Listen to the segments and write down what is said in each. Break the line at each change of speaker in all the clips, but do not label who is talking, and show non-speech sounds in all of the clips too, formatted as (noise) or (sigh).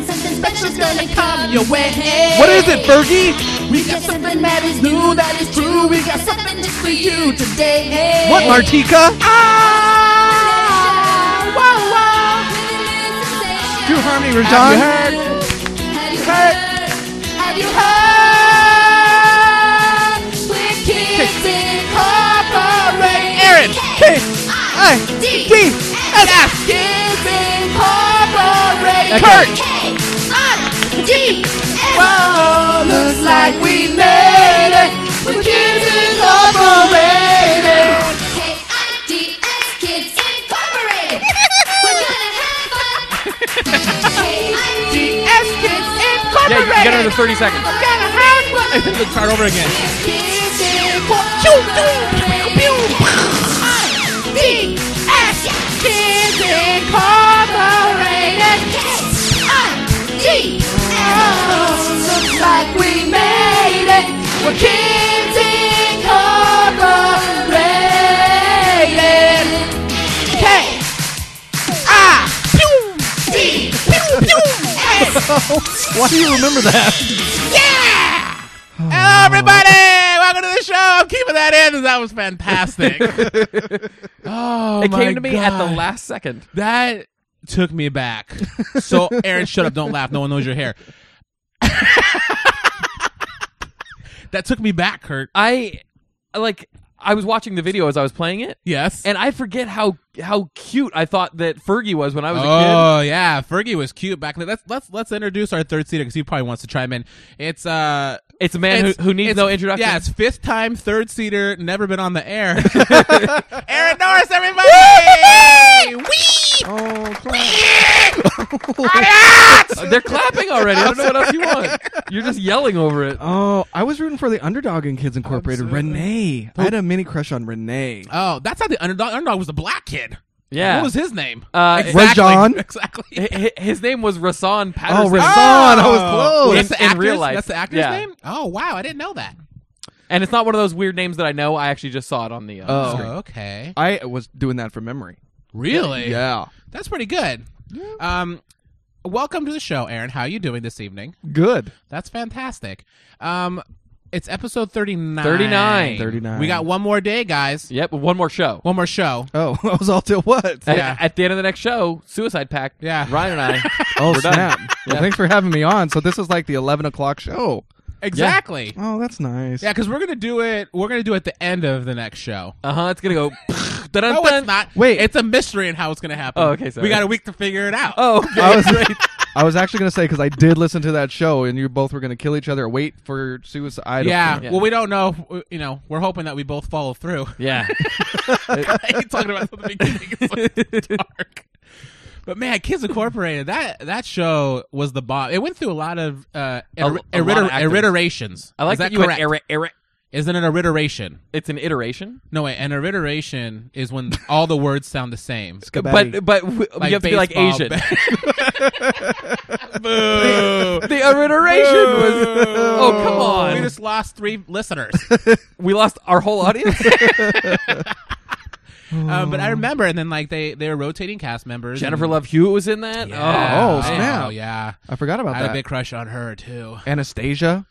special's gonna come your way.
What is it, Fergie?
We got something that is new, that is true. We got something just for you today.
What, Martika?
Ah, whoa, whoa.
Do Harmony
Have
Rajan?
you heard? Have you heard? Have you heard? We're Kids Incorporated.
Aaron, K, I,
K-I-D-S.
D, S, F.
Kids Incorporated.
Kurt.
K-I-D-S. Whoa, looks like we made it. We're Kids Incorporated. K-I-D-S, Kids Incorporated. We're gonna have fun. K-I-D-S, Kids
(laughs) Yeah,
Incorporated.
you get another 30 seconds.
We're gonna have fun.
Let's start over again.
Kids Incorporated. I-D-S, Kids Incorporated. I-D-S. Looks like we made it. We're Kids Incorporated. K. I. D. S.
Why do you remember that?
Yeah!
Hello, everybody! Welcome to the show. I'm keeping that in. That was (laughs) fantastic. it
Oh,
came to me at the last second.
That took me back.
So, Aaron, shut up. Don't laugh. No one knows you're here.
(laughs) That took me back, Kurt.
I, like, I was watching the video as I was playing it,
Yes.
and I forget how how cute I thought that Fergie was when I was a
oh yeah, Fergie was cute back then. Let's let's let's introduce our third seater because he probably wants to chime in. It's uh,
kid. It's a man
it's-
who, who needs
it's-
no introduction.
Yeah, it's fifth time third seater, never been on the (laughs) air. Aaron Norris, everybody! Wee!
Oh,
Uh, They're clapping already. I don't know what else
(laughs)
you want. You're just yelling over it.
oh, I was rooting for the underdog in Kids Incorporated. Renee. I had a mini crush on Renee.
Oh, that's not the underdog. Underdog was the black kid.
Yeah.
What was his name?
Uh,
Rajon?
(laughs) Exactly.
Hi- hi- His name was Rasan
Oh,
Patterson.
Rasan. I was
In-
close.
Oh, that's the
in
actor's-
real life.
That's the actor's
Yeah.
name. Oh wow, I didn't know that.
And it's not one of those weird names that I know. I actually just saw it on the. Uh,
Oh.
Oh, okay.
I was doing that from memory.
Really?
Yeah.
That's pretty good. Um, welcome to the show, Aaron. How are you doing this evening?
Good.
That's fantastic. Um, it's episode 39.
39.
39.
We got one more day, guys.
Yep, one more show.
One more show.
Oh, (laughs) I was all to what?
At,
Yeah.
at the end of the next show, Suicide Pact.
Yeah.
Ryan and
(laughs)
I.
Oh,
done.
snap. Well, thanks for having me on. So this was like the 11 o'clock show.
Exactly. Yeah,
Oh, that's nice.
because we're gonna do it. We're gonna do it at the end of the next show.
uh huh. It's gonna (laughs) go. dun-dun-dun.
No, it's not.
Wait.
it's a mystery in how it's gonna happen.
Oh, okay, sorry.
We got a week to figure it out.
Oh, okay.
(laughs)
I was, (laughs) I was actually going to say, because I did listen to that show, and you both were going to kill each other, wait for suicide.
Yeah.
Yeah.
Well, we don't know. You know, we're hoping that we both follow through.
(laughs) (laughs) yeah.
(laughs) I hate talking about the beginning. It's
(laughs)
so dark. But man, Kids Incorporated that that show was the bomb. It went through a lot of uh,
A-
iter-
a lot of actors.
iterations.
I like
Is that
you went
correct?
era- era-
Isn't it an iteration?
It's an iteration,
No, wait. An iteration is when all the words sound the same.
but but w- you have to be like
baseball
Asian. (laughs)
bat. Boo.
the iteration was. (laughs) Oh come on!
We just lost three listeners.
We lost our whole audience. (laughs)
um, but I remember, and then like they they were rotating cast members.
Jennifer
and-
Love Hewitt was in that.
Yeah.
Oh, snap.
Oh, yeah.
I forgot about
I had
that.
a big crush on her too.
(laughs) Anastasia.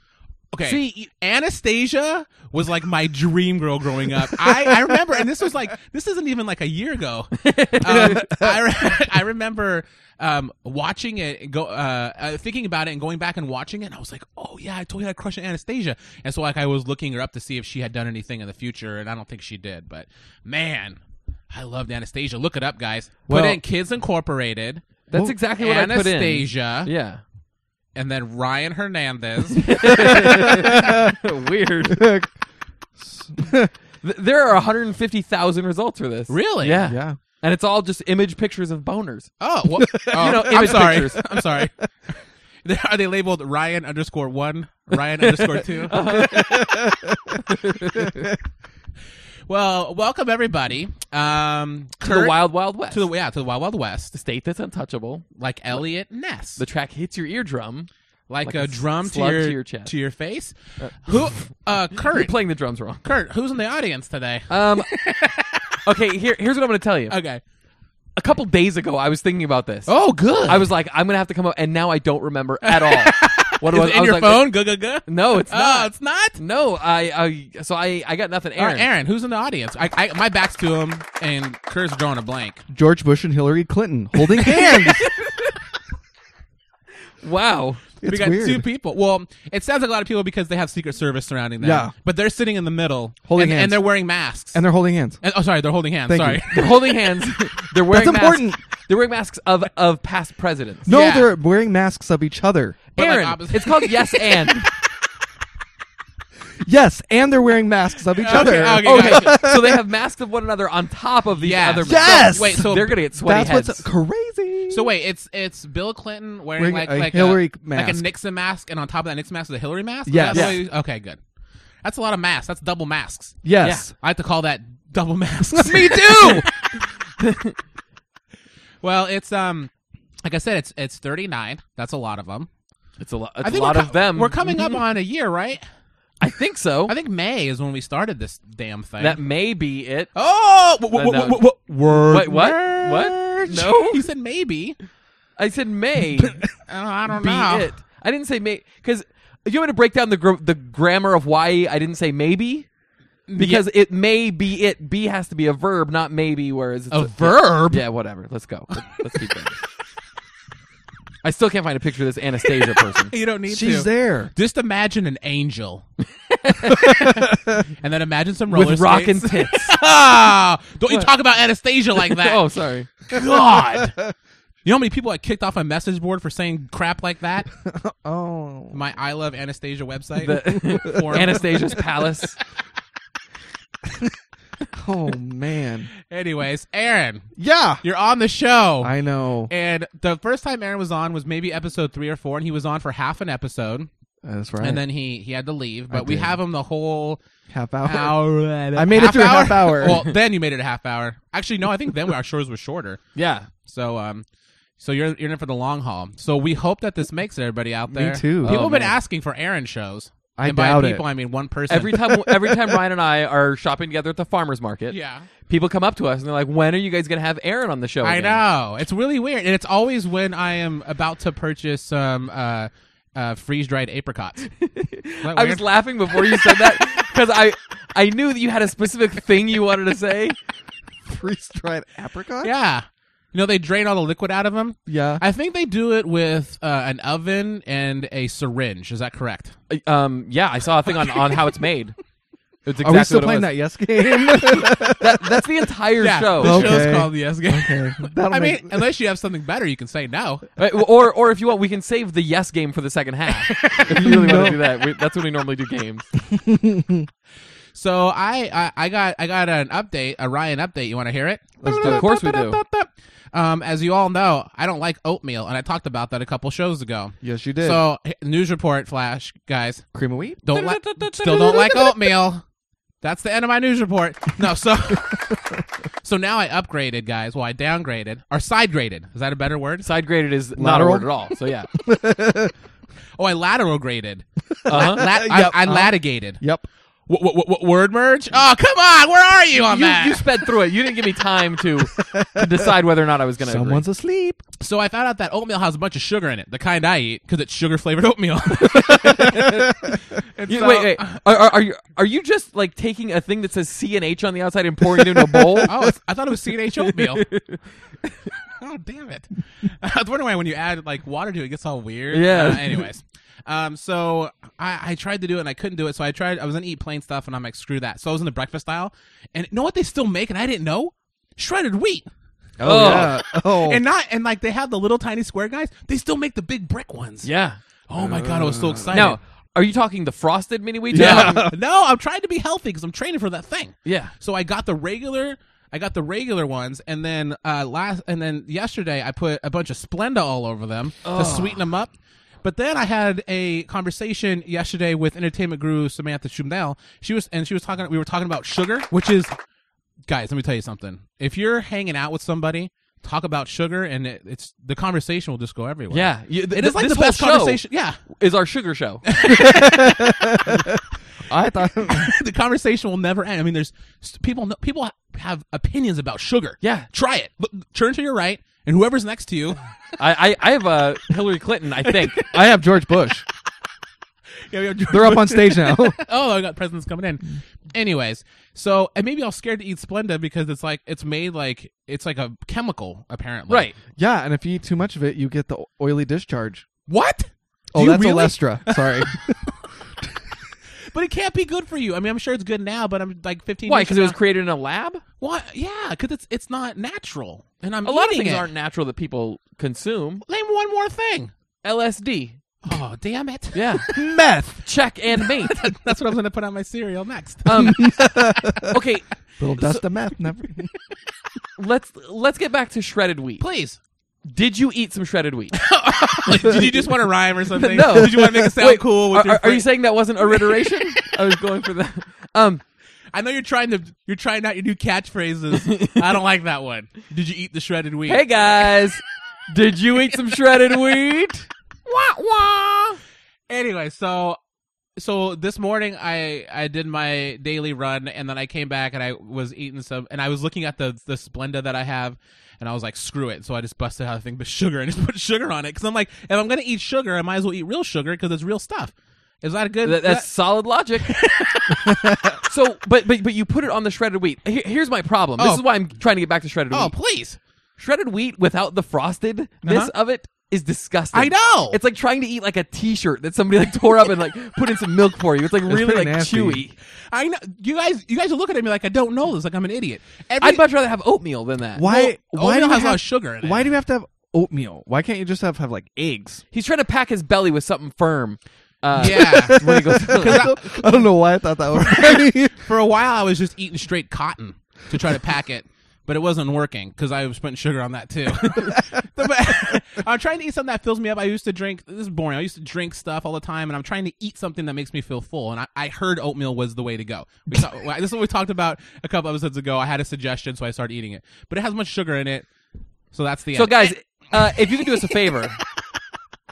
Okay.
See, you-
Anastasia was like my dream girl growing up. I, I remember, and this was like this isn't even like a year
(laughs)
ago. Um, I, re- (laughs) I remember um, watching it, and go uh, uh, thinking about it, and going back and watching it. And I was like, oh yeah, I totally had a crush on Anastasia. And so like I was looking her up to see if she had done anything in the future, and I don't think she did. But man, I loved Anastasia. Look it up, guys. Put
Well-
in Kids Incorporated.
That's exactly what I put in.
Anastasia,
Oh, Yeah.
and then Ryan Hernandez.
(laughs) Weird. (laughs) Th- there are 150,000 results for this.
Really?
Yeah.
Yeah.
And it's all just image pictures of boners.
Oh, (laughs) well, oh,
know,
I'm
image
sorry.
pictures.
I'm (laughs) sorry. They- Are they labeled Ryan underscore one, Ryan underscore 2 (laughs) well, welcome everybody. Um,
To the Wild Wild West.
to the yeah to the Wild Wild
The
West,
state that's untouchable.
like Elliot Ness,
The track hits your eardrum.
like,
like
a,
a
drum to
slug
your,
to your chest.
to your face. Who? Uh,
You're
Kurt.
playing the drums wrong. Uh, (laughs)
Kurt, who's in the audience today?
Um, okay, here, here's what I'm going to tell you.
okay.
a couple days ago, I was thinking about this.
Oh, good.
I was like, I'm gonna have to come up, and now I don't remember
(laughs)
at all. what it
Is
was
it
I
in
was
your
like,
phone? Go go go.
No, it's
Oh,
not.
it's not.
No, I, I so I, I got nothing.
All
Aaron,
right, Oh, Aaron, who's in the audience? I, I my back's to him, and Kurt's drawing a blank.
George Bush and Hillary Clinton holding
(laughs)
hands.
wow.
it's
we got
weird.
two people. Well, it sounds like a lot of people because they have Secret Service surrounding them.
Yeah.
but they're sitting in the middle,
Holding
and,
hands.
and they're wearing masks.
and they're holding hands.
And- oh, sorry, they're holding hands.
Thank
sorry.
you.
They're holding hands. They're wearing
That's
masks.
important.
They're wearing masks of of past presidents.
No,
Yeah.
they're wearing masks of each other.
but like
Aaron,
opposite-
it's called yes and.
(laughs)
Yes, and they're wearing masks of each other. Oh,
okay,
Okay,
(laughs)
gotcha.
so they have masks of one another on top of
(laughs)
the
Yeah.
other.
Yes!
So, wait, so they're gonna get sweaty
That's
heads.
what's crazy.
So wait, it's it's Bill Clinton wearing,
Wearing
like
a
like
Hillary
a, like a
mask.
Nixon mask, and on top of that Nixon mask is a Hillary mask. Is
Yes.
that the
Yes.
way- Okay, good. That's a lot of masks. That's double masks.
yes,
I have to call that double masks.
(laughs) Me too.
(laughs) well, it's um, like I said, it's it's thirty nine. That's a lot of them.
it's a lot.
I
It's a
think
lot
we're
of
co-
them.
We're coming up
Mhm.
on a year, right?
I think so.
I think May is when we started this damn thing.
that may be it.
oh, wh- wh-
No, no.
wh- wh- word. (laughs)
Wait, what? What? No.
you said maybe.
I
(laughs)
said may
Oh, I don't
be
know.
it. I didn't say may because you want me to break down the gr- the grammar of why I didn't say maybe because it may be it. Be has to be a verb, not maybe. Whereas it's
A verb.
Yeah, whatever. Let's go. Let- Let's keep going. I still can't find a picture of this Anastasia
(laughs)
person.
You don't need to.
she's there.
Just imagine an
(laughs)
angel, and then imagine some roller
With
(laughs)
rockin'
skates.
tits.
Ah, don't you talk about Anastasia like that?
(laughs) oh, sorry.
God! You know how many people I kicked off my message board for saying crap
(laughs)
like that?
Oh,
My I love Anastasia website.
The-
(laughs) Forum.
Anastasia's palace.
oh
(laughs)
man.
Anyways, Aaron,
Yeah,
you're on the show.
I know.
and the first time Aaron was on was maybe episode three or four, and he was on for half an episode,
That's right.
and then he he had to leave. But
I
we
did.
have him the whole
half hour.
hour.
(laughs) I made it through a half hour.
well, then you made it a half hour. Actually, no, I think then our shows were shorter.
Yeah.
So um, so you're you're in for the long haul. So we hope that this makes everybody out
Me
there.
too.
People
Oh,
have been
man.
asking for Aaron shows.
I
and
doubt
by
it.
people, I mean one person.
Every time, every time Ryan and I are shopping together at the farmers market, (laughs)
yeah,
people come up to us and they're like, "When are you guys gonna have Aaron on the show?"
I
again?"
know it's really weird, and it's always when I am about to purchase some uh, uh, freeze dried
(laughs)
apricots.
I was laughing before you said (laughs) that because I, I knew that you had a specific thing you wanted to say.
freeze dried apricot.
yeah, you know they drain all the liquid out of them.
yeah.
I think they do it with uh, an oven and a syringe. Is that correct?
Um, yeah, I saw a thing on, on how it's made. It's exactly
Are we still
what it
playing
was.
that yes game? (laughs)
That- That's the entire
yeah,
show.
the
Okay.
show's called the S Game. (laughs)
That'll
I
(laughs)
mean,
make-
unless you have something better, you can say no.
Right, or, or if you want, we can save the yes game for the second half. (laughs) if you really want to do that, we, that's when we normally do games.
So I, I I got I got an update, a Ryan update. You want to hear it?
Let's do it. Of course we do.
(laughs) Um, as you all know, I don't like oatmeal, and I talked about that a couple shows ago.
yes, you did.
So h- news report flash, guys.
Cream of wheat.
Don't like still don't like oatmeal. That's the end of my news report. No, so (laughs) so now I upgraded, guys. Well, I downgraded or side graded. Is that a better word?
Side graded is not a
Lateral?
word at all. So (laughs) yeah,
Oh, I lateral graded.
uh-huh. (laughs)
Lat- I, I latigated.
Yep.
W- w- w- word merge? Oh, come on. Where are you on
you,
that?
you sped through it. You didn't give me time to, to decide whether or not I was going to.
Someone's asleep.
So I found out that oatmeal has a bunch of sugar in it, the kind I eat, because it's sugar flavored (laughs) oatmeal. And so-
wait, wait. (laughs) Are, are, are you are you just like taking a thing that says C and H on the outside and pouring it into a (laughs) bowl?
Oh, it's- I thought it was
(laughs)
CNH oatmeal. oh, damn it. (laughs) I was wondering why when you add like water to it, it gets all weird.
Yeah. (laughs)
Uh, anyways. Um, so I, I tried to do it and I couldn't do it. So I tried, I was going to eat plain stuff and I'm like, screw that. So I was in the breakfast aisle. And you know what they still make? And I didn't know? Shredded wheat.
Oh,
Yeah. (laughs) Oh.
And not, and like they have the little tiny square guys. They still make the big brick ones.
yeah. Uh,
Oh my God. I was so excited.
Now, are you talking the frosted mini wheat?
No, (laughs) no, I'm trying to be healthy because I'm training for that thing.
Yeah.
So I got the regular, I got the regular ones, and then uh last, and then yesterday I put a bunch of Splenda all over them
Oh.
to sweeten them up. But then I had a conversation yesterday with entertainment guru Samantha Schumdel. She was, and she was talking. We were talking about sugar, which is, guys. Let me tell you something. If you're hanging out with somebody, talk about sugar, and it, it's the conversation will just go everywhere.
Yeah. You- th-
it is like
this
the best
whole show
conversation. Yeah, (laughs)
Is our sugar show? (laughs)
I thought.
the conversation will never end. I mean, there's people. People have opinions about sugar.
Yeah.
Try it. Look, turn to your right, and whoever's next to
(laughs)
you.
I, I, I have uh, Hillary Clinton, I think.
(laughs) I have George Bush.
(laughs) Yeah, we have George
They're up on stage (laughs) now.
oh, I got presidents coming in. Anyways, so and maybe I was scared to eat Splenda because it's like it's made like it's like a chemical apparently.
(laughs) right.
yeah, and if you eat too much of it, you get the oily discharge.
What? Do
Oh,
you
that's
really?
Olestra. Sorry.
But it can't be good for you. I mean, I'm sure it's good now, but I'm like 15.
Why?
years
Because it was
from
created in a lab?
now- what? Yeah, because it's it's not natural, and I'm
A lot of
eating
things
it.
aren't natural that people consume.
Name one more thing.
LSD.
Oh damn
(laughs)
it! (laughs)
Yeah.
Meth.
Check and mate.
That's what I was gonna put on my cereal next. (laughs)
Um, okay,
(laughs) Little dust of meth. (laughs) Never.
let's let's get back to shredded wheat.
Please.
Did you eat some shredded wheat?
(laughs) Did you just want to rhyme
(laughs)
or something?
No.
Did you want to make it (laughs) sound
Wait,
cool? With
Are,
your
are- are you
fr-
saying that
(laughs)
wasn't alliteration? I was going for that. Um,
I know you're trying to. You're trying out your new catchphrases. I don't like that one. Did you eat the shredded wheat?
hey guys, did you eat some shredded wheat?
Wah, wah. Anyway, so so this morning I I did my daily run and then I came back and I was eating some and I was looking at the the Splenda that I have and I was like screw it so I just busted out the thing with sugar and just (laughs) put sugar on it because I'm like if I'm gonna eat sugar I might as well eat real sugar because it's real stuff. Is that a good?
That, that's solid logic. so, but but but you put it on the shredded wheat. Here- here's my problem. This
Oh.
is why I'm trying to get back to shredded
oh
wheat.
please
Shredded wheat without the frostedness
Uh-huh.
of it is disgusting.
I know.
It's like trying to eat like a T-shirt that somebody like tore up and like put in some milk for you. It's like really
pretty
like
nasty.
chewy.
I know you guys you guys are looking at me like I don't know this like I'm an idiot. Every,
I'd much rather have oatmeal than that.
Why?
Well,
why
oatmeal
do you
has a lot
have-
of sugar in it.
Why do you have to have oatmeal? Why can't you just have have like (laughs) eggs?
He's trying to pack his belly with something firm. Uh,
(laughs) yeah.
When he goes,
(laughs) I, don't know why I thought that (laughs) was.
For a while, I was just eating straight cotton to try to pack it, but it wasn't working because I was putting sugar on that too. (laughs) But (laughs) I'm trying to eat something that fills me up. I used to drink. This is boring. I used to drink stuff all the time, and I'm trying to eat something that makes me feel full. And I, I heard oatmeal was the way to go. We talk, (laughs) this is what we talked about a couple episodes ago. I had a suggestion, so I started eating it, but it has much sugar in it, so that's the
so,
end.
guys, uh, if you could do us a
(laughs)
favor,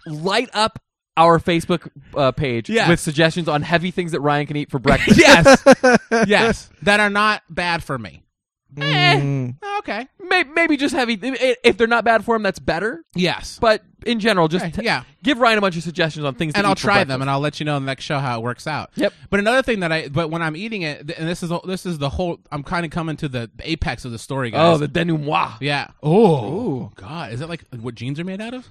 light up our Facebook uh, page
Yes.
with suggestions on heavy things that Ryan can eat
(laughs)
for breakfast.
yes,
(laughs)
yes, that are not bad for me.
Mm.
Okay.
May- Maybe just heavy. If they're not bad for him, that's better.
Yes.
But in general, just
Right,
t-
yeah.
give Ryan a bunch of suggestions on things, to
and I'll
eat for
try them,
breakfast.
and I'll let you know in the next show how it works out.
Yep.
But another thing that I, but when I'm eating it, th- and this is this is the whole, I'm kind of coming to the apex of the story, guys.
oh, the denouement
yeah. Oh, God, is that like what jeans are made out of?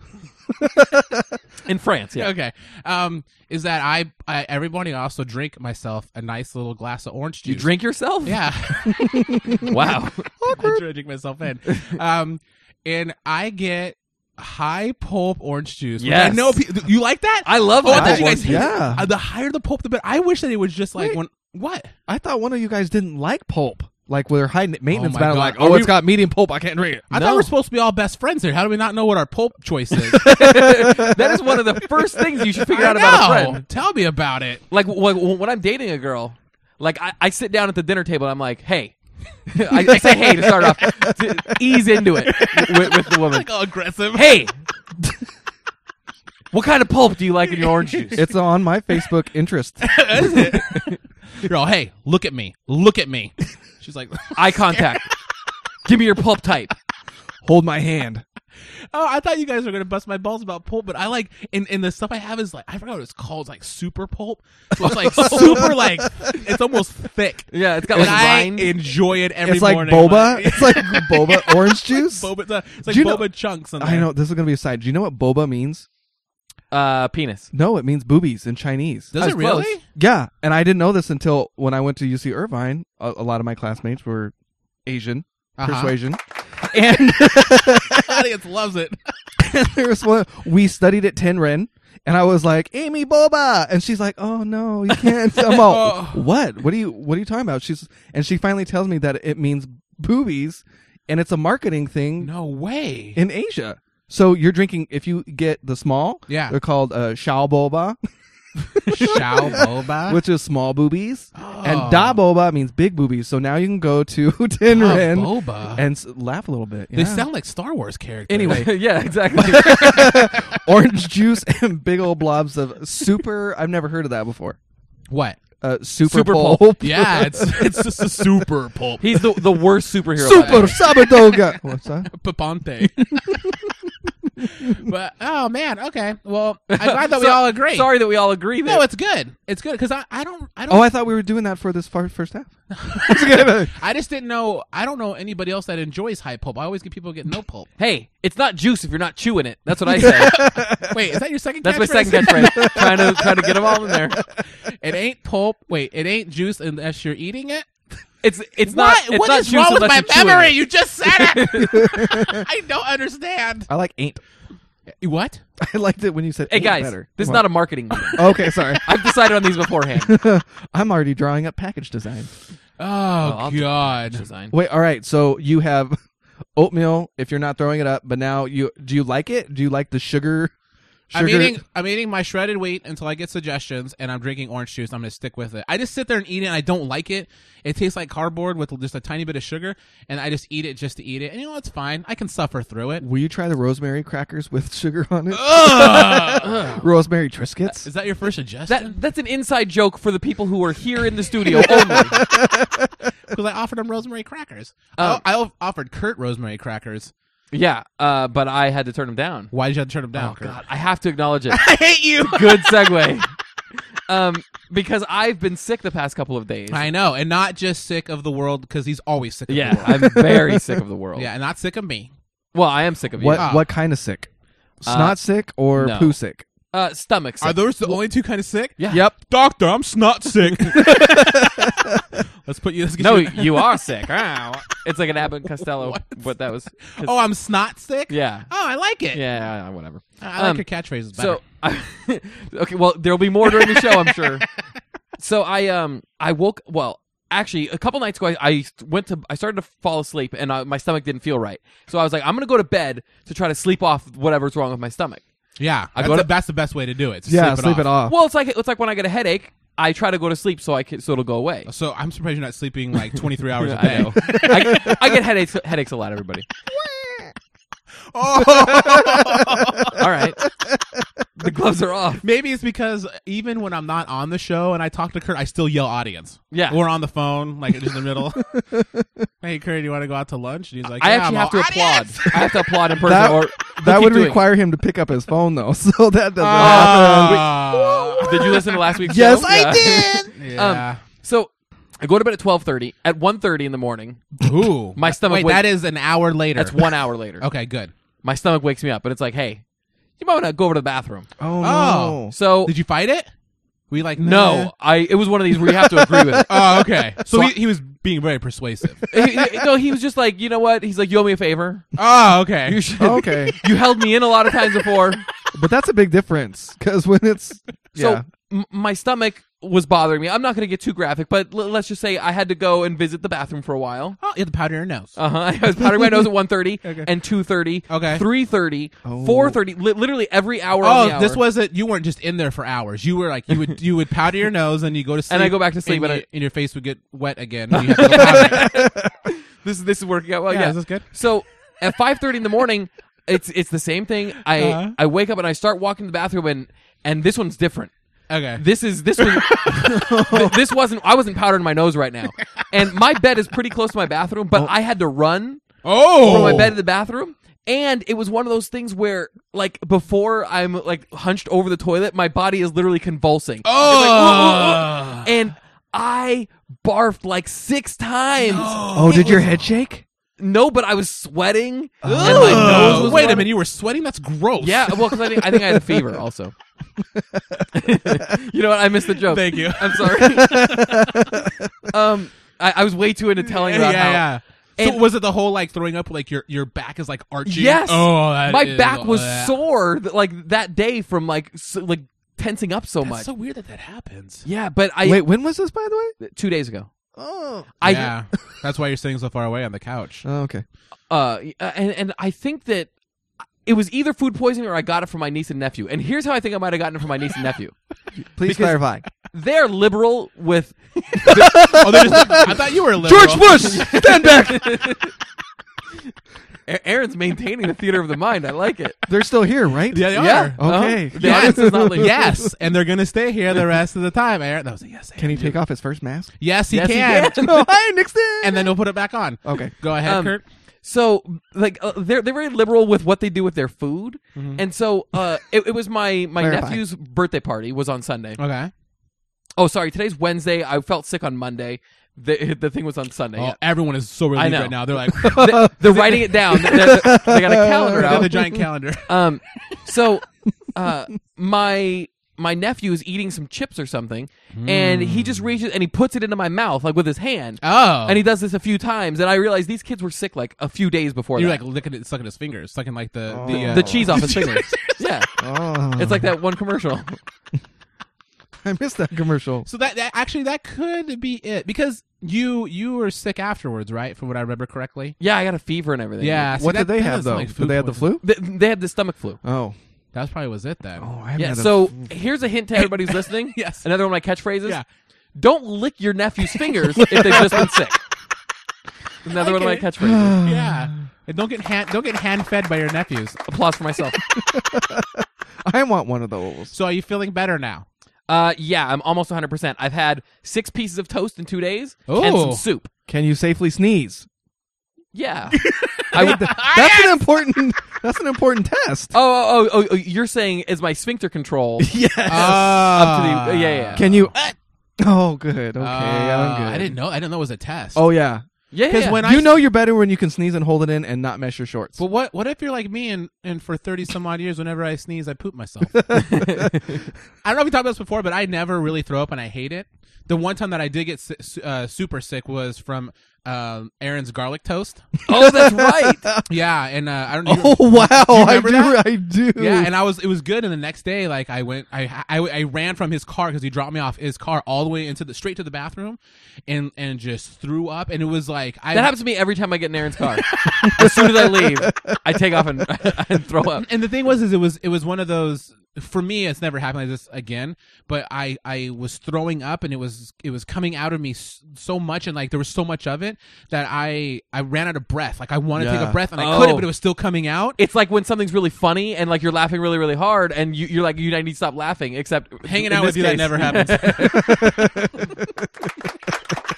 in France. Yeah,
Okay. Um, is that I, I every morning I also drink myself a nice little glass of orange juice.
you drink
(laughs)
yourself. (laughs)
Yeah. (laughs)
Wow.
I drink myself
(laughs)
in. Um, and I get high pulp orange juice. which I
Yes.
know pe- you like that.
I love
Oh, I
high
thought
pulp
you guys
orange
hated it.
juice. Yeah.
Uh, the higher the pulp, the better. I wish that it was just like
Wait.
when what.
I thought one of you guys didn't like pulp. Like with their high maintenance
my
about it,
God.
like,
Are
oh,
we-
it's got medium pulp. I can't drink it.
I
No.
thought we were supposed to be all best friends here. How do we not know what our pulp
(laughs)
choice is?
that is one of the first things you should figure
I
out about a
know.
friend.
Tell me about it.
Like w- w- when I'm dating a girl, like I, I sit down at the dinner table and I'm like, hey. (laughs) I, I say hey to start off to ease into it with, with the woman.
Like all aggressive. (laughs)
Hey, what kind of pulp do you like in your orange juice?
It's on my Facebook interest.
(laughs) You're all, hey, look at me. Look at me. (laughs) She's like,
Eye contact. Give me your pulp type.
Hold my hand.
oh, I thought you guys were gonna bust my balls about pulp, but I like, and, and the stuff I have is like, I forgot what it's called. It's like super pulp. So
(laughs)
it's like super like, it's almost thick.
Yeah, it's got
And
like
I
rind.
enjoy it every
it's like
morning.
boba.
(laughs) Like,
it's like
(laughs)
boba orange juice.
boba. It's, a- it's like
Do you know-
boba chunks. In there.
I know this is gonna be a side. Do you know what boba means?
uh, penis.
No, it means boobies in Chinese.
Does
was
it really?
close.
Yeah, and I didn't know this until when I went to UC Irvine. A, a lot of my classmates were Asian
Uh-huh.
persuasion, (laughs)
(laughs)
and
(laughs) Audience loves it.
there was one we studied at Tenrin, and I was like, "Amy Boba," and she's like, "Oh no, you can't." I'm
(laughs)
all,
Oh.
"What? What are you? What are you talking about?" She's and she finally tells me that it means boobies, and it's a marketing thing
No way.
in Asia. So you're drinking if you get the small,
Yeah.
they're called uh, Shao Boba,
Shao boba.
which is small boobies,
Oh.
and Da Boba means big boobies. So now you can go to (laughs) Tinrin
Oh, boba.
and s- laugh a little bit.
They
yeah.
sound like Star Wars characters. (laughs)
Anyway.
yeah, exactly.
(laughs) orange juice and big old blobs of super. I've never heard of that before.
what?
uh, super,
Super
pole. (laughs)
pulp.
Yeah,
(laughs)
it's it's just a super pulp.
He's the, the worst superhero.
Super
ever.
Sabadoga. What's that?
Papante. (laughs) but oh man, okay. Well, I'm glad that we
(laughs) So-
all agree.
Sorry that we all agree that
No, it's good. It's good because I, I don't I don't
Oh, I thought we were doing that for this far, first half. (laughs)
I just didn't know I don't know anybody else that enjoys high pulp. I always get people get no
(laughs)
pulp.
hey, it's not juice if you're not chewing it.
(laughs)
That's what I say.
Wait, is that your second?
That's my
catchphrase?
second catchphrase. trying to trying to get them all in there.
(laughs) It ain't pulp. Wait, it ain't juice unless you're eating it.
It's it's
What?
not. It's
what
not
is
juice
wrong with
unless
my
you're chewing
memory?
it.
You just said it.
(laughs)
I don't understand.
I like ain't. (laughs)
Eh,
What?
I liked it when you said
Hey
ain't
guys,
better.
this is not a marketing meeting.
a. Okay, sorry.
I've decided on these beforehand.
(laughs) I'm already drawing up package design.
Oh
I'll do
God.
Design.
Wait, all right. So you have (laughs) oatmeal if you're not throwing it up, but now you do you like it? Do you like the sugar? sugar?
I'm eating. I'm eating my shredded wheat until I get suggestions, and I'm drinking orange juice. I'm gonna stick with it. I just sit there and eat it. and I don't like it. It tastes like cardboard with just a tiny bit of sugar, and I just eat it just to eat it. And you know it's fine. I can suffer through it.
Will you try the rosemary crackers with (laughs) sugar on it?
Ugh.
rosemary Triscuits?
(laughs) Is that your first suggestion?
That that's an inside joke for the people who are here in the studio only.
Because I offered him rosemary crackers.
Oh.
I, I offered Kurt rosemary crackers.
yeah, uh, but I had to turn them down.
Why did you have to turn him down?
Oh
Kurt?
God, (laughs) I have to acknowledge it.
I hate you.
Good segue. (laughs) Um, because I've been sick the past couple of days.
I know, and not just sick of the world because he's always sick. Of
yeah,
the world.
I'm very sick of the world.
yeah, and not sick of me.
Well, I am sick of you.
What
Ah.
what kind of sick? Snot sick or
no.
poo sick?
Uh, stomach sick.
those the only two kind of sick?
Yeah.
Yep.
Doctor, I'm snot sick. (laughs) let's put you. Let's get (laughs)
no,
you-
you are sick. Ow. It's like an Abbott and Costello, but that was. 'cause-
Oh, I'm snot sick.
yeah.
Oh, I like it.
Yeah, yeah, whatever.
I like
Um,
your catchphrases better.
So, (laughs) okay, well, there'll be more during the show, I'm sure. so I um I woke well actually a couple nights ago I, I went to I started to fall asleep and I, my stomach didn't feel right, so I was like I'm gonna go to bed to try to sleep off whatever's wrong with my stomach.
yeah,
I
that's,
go to-
the, that's the best way to do it. to
Yeah,
sleep,
sleep it off.
Well, it's like it's like when I get a headache, I try to go to sleep so I can, so it'll go away.
So I'm surprised you're not sleeping like
(laughs)
23 hours a
I
day.
know. I, I get headaches headaches a lot. Everybody. (laughs) All right. The gloves are off.
Maybe it's because even when I'm not on the show and I talk to Kurt, I still yell audience.
Yeah.
Or on the phone, like just in the
(laughs)
middle. hey, Kurt, you want to go out to lunch? And he's like,
I
"Yeah,
actually
I'm
have to
all,
applaud. (laughs)
"Audience!"
I have to applaud
(laughs)
in person.
That-
or
That
keep
would
doing it.
require him to pick up his phone though, (laughs) so that doesn't happen.
Ah.
(laughs) Did you listen to last
(laughs)
week's
Yes,
show?
I
did.
yeah.
so I go to bed at twelve thirty. At 1.30 in the morning,
Ooh.
Um, (laughs) My stomach
Wait,
went-
that is an hour later.
that's one
(laughs)
hour later.
Okay, good.
My stomach wakes me up, but it's like, hey, you might want to go over to the bathroom.
Oh,
(laughs) Oh.
no.
So
Did you fight it? We like
no, I it was one of these where you have to agree
(laughs)
with it.
Oh,
(laughs)
okay. So, he, he was being very persuasive.
He- he- no, he was just like, you know what? He's like, you owe me a favor.
oh, okay.
You should.
Okay.
(laughs) You held me in a lot of times before.
But that's a big difference because when it's yeah.
So m- my stomach was bothering me. I'm not going to get too graphic, but l- let's just say I had to go and visit the bathroom for a while.
oh, you have to powder your nose.
Uh (laughs) huh. I was powdering my nose at 1.30 and 2.30,
Okay.
3.30,
Oh.
4.30, li- literally every hour on the
oh,
hour.
this wasn't. You weren't just in there for hours. You were like you would you would powder your nose and you go to sleep
And I go back to sleep
and,
and
you-
I-
and your face would get wet
(laughs)
again. and you have to go powder it.
this, this is working out well.
Yeah,
Yeah,
is this good?
So at 5.30 in the morning, it's it's the same thing. I I wake up and I start walking to the bathroom and and this one's different.
Okay.
This is this was th- this wasn't I wasn't powdering my nose right now. And my bed is pretty close to my bathroom, but I had to run
oh,
from my bed to the bathroom. And it was one of those things where, like, before I'm like hunched over the toilet, my body is literally convulsing.
Oh.
It's like, "Whoa, whoa, whoa." and I barfed like six times.
(gasps)
No,
Oh, did your head shake?
but I was sweating.
Ugh.
And my nose was
Wait a
running.
minute, you were sweating. That's gross.
(laughs) Yeah, well, because I think, I think I had a
(laughs)
fever also. (laughs) you know what? I missed the joke.
Thank you.
(laughs) I'm
(laughs)
sorry. um, I, I was way too into telling
Yeah,
about how.
yeah. So
And-
was it the whole like throwing up? Like your your back is like arching.
Yes.
Oh, that
my
is-
back was
bleh.
sore th- like that day from like so, like tensing up so much.
That's so weird that that happens.
yeah, but I
Wait, when was this, by the way?
2 days ago.
Oh,
I
yeah. That's why you're sitting so far away on the
(laughs)
couch.
oh okay.
uh and and I think that it was either food poisoning or I got it from my niece and nephew. And here's how I think I might have gotten it from my niece
(laughs)
and nephew.
Please clarify.
They're liberal with
(laughs) oh, they're just- I thought you were a liberal.
Bush, stand back.
A- Aaron's maintaining the theater of the mind. I like it.
They're still here, right?
Yeah, they
Yeah.
are.
Okay.
Uh-huh. The audience is not
(laughs)
leaving.
Yes, and they're gonna stay here the rest of the time. Aaron, that was a yes. Aaron.
Can he take off his first mask?
(laughs) Yes, he
Yes, he
can.
(laughs)
can.
oh, hi, Nixon.
and then he'll put it back on.
okay,
Go ahead,
Um,
Kurt.
So like uh, they're they're very liberal with what they do with their food,
Mm-hmm.
and so uh, it, it was my my
Clarify.
nephew's birthday party was on Sunday.
Okay.
Oh, sorry, today's Wednesday. I felt sick on Monday. The (laughs) the thing was on Sunday.
Oh, everyone is so relieved
know.
right now. They're like, (laughs)
Yeah. They, they're writing it down. They're- they're- they got a calendar
they're
out.
the giant calendar.
Um, so uh, my my nephew is eating some chips or something, and he
Hmm.
just reaches and he puts it into my mouth like with his hand,
Oh,
and he does this a few times, and I realized these kids were sick like a few days before.
you're
that.
like licking it, sucking his fingers, sucking like the
Oh.
the, uh,
the
(laughs)
cheese off his fingers. yeah,
oh,
it's like that one commercial.
I missed that commercial.
So that, that actually that could be it because you you were sick afterwards, right? From what I remember correctly.
Yeah, I got a fever and everything.
Yeah. see,
what
that-
did they
that
have
doesn't
though?
like
did
food
they have the
poisoning.
flu?
Th- they had the stomach flu.
Oh,
That probably was it then.
oh, I haven't
Yeah.
had a-
So here's a hint to everybody
(laughs)
who's listening.
Yes.
Another one of my catchphrases.
Yeah.
Don't lick your nephew's fingers if they've just been
(laughs)
sick. Another one of my
Okay. (sighs)
catchphrases.
Yeah. And don't get hand don't get hand fed by your nephews.
Applause for myself.
I want one of those.
So are you feeling better now?
Uh, yeah, I'm almost 100%. I've had six pieces of toast in two days and
Ooh.
some soup.
Can you safely
(laughs)
sneeze?
Yeah. I would. Oh,
Ah,
That's an important. (laughs) That's an important
(laughs)
test.
oh, oh, oh, you're saying is my sphincter control
yes.
up to the. Yeah, yeah.
Ah. Can you? Oh, good. Okay, I'm good.
Uh, Ah, I didn't know. I didn't know it was a test.
Oh yeah,
Yeah,
because
yeah.
when I
you know you're better when you can sneeze and hold it in and not mess your shorts.
But what what if you're like me and, and for thirty some odd years, whenever I sneeze, I
(laughs)
poop myself. I don't know if we talked about this before, but I never really throw up and I hate it. The one time that I did get si- su- uh, super sick was from um, Aaron's
(laughs)
garlic toast.
oh,
(laughs)
that's right.
yeah, and uh, I don't. (laughs)
Oh wow, I do.
remember that?
I do.
Yeah, and I was it was good. And the next day, like I went, I I, I ran from his car because he dropped me off his car all the way into the straight to the bathroom, and and just threw up. And it was like I
That happens to me every time I get in Aaron's car. as soon as I leave, I take off and, (laughs) and throw up.
and the thing was is it was it was one of those for me it's never happened like this again but i i was throwing up and it was it was coming out of me s- so much and like there was so much of it that i i ran out of breath like i wanted to take
Yeah.
a breath and i
Oh.
couldn't but it was still coming out
It's like when something's really funny and like you're laughing really, really hard, and you, you're like, you I need to stop laughing. Except
hanging
in
out
this
with you
case-
that never happens (laughs)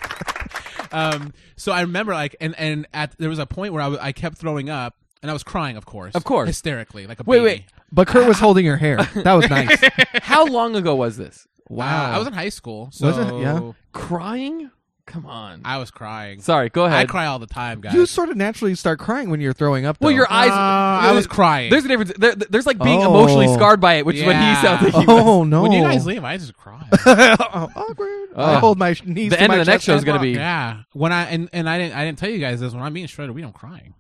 um so i remember like and and at there was a point where i, w- I kept throwing up and i was crying of course
Of course.
hysterically like a
Wait,
baby.
wait.
But Kurt was holding her hair. That was nice.
(laughs) How long ago was this?
wow Uh, i was in high school so
Was it? Yeah.
Crying? Come on.
i was crying
Sorry, go
I
ahead.
cry all the time, guys.
you sort of naturally start crying when you're throwing up. Though.
Well, your eyes.
Uh, (laughs) I was crying.
There's a difference. There, there's like being
Oh.
emotionally scarred by it, which is what he
Yeah.
sounds like. (laughs) He was.
Oh no!
When you guys leave, I just
(laughs)
cry.
oh, awkward. I
Ugh.
hold my sh- knees.
The
to
end
my
of the next
chest
show is
and
going to be.
yeah. When I and, and I didn't I didn't tell you guys this. When I'm being shredded, we don't cry.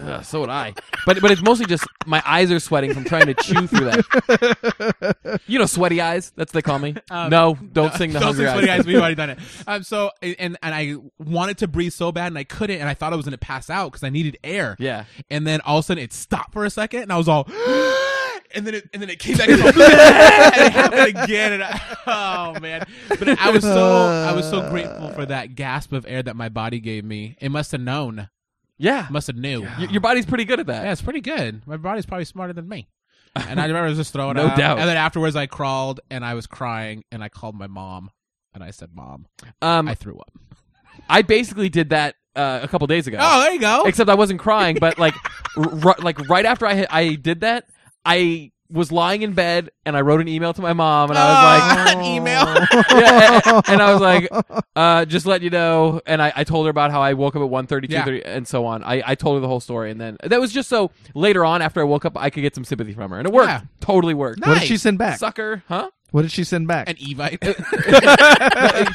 Ugh, so would I. But but it's mostly just my eyes are sweating from trying to chew through that.
(laughs)
You know, sweaty eyes. That's what they call me.
Um,
no, don't sing the
Those
hungry
are funny
eyes.
guys. We've already done it. Um. So and and I wanted to breathe so bad and I couldn't and I thought I was going to pass out because I needed air.
(laughs) Yeah.
And then all of a sudden it stopped for a second and I was all. (gasps) And then it and then it
(laughs)
came back and, it was all, and it happened again and I, (laughs) oh man! But I was so I was so grateful for that gasp of air that my body gave me. It must have known,
Yeah.
must have knew.
Y- your body's pretty good at that.
Yeah, it's pretty good. My body's probably smarter than me. And
(laughs)
I remember I was just throwing
No
up.
doubt.
And then afterwards, I crawled and I was crying and I called my mom and I said, "Mom,
Um,
I
I,
threw
(laughs)
up."
basically did that uh, a couple days ago.
there you go.
Except I wasn't crying, but like, r- like right after I I did that, I was lying in bed and I wrote an email to my mom and I was like,
email.
(laughs) yeah, a- a- and I was like, uh, just let you know. And I, I told her about how I woke up at 1.30,
Yeah.
2.30, and so on. I, I told her the whole story. And then that was just so later on after I woke up, I could get some sympathy from her. And it worked.
Yeah.
Totally worked.
What did she
Nice.
send back?
Sucker, huh? (laughs)
What did she send back?
An Evite.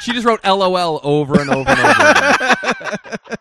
(laughs)
she just wrote LOL over and over
(laughs)
and over. again.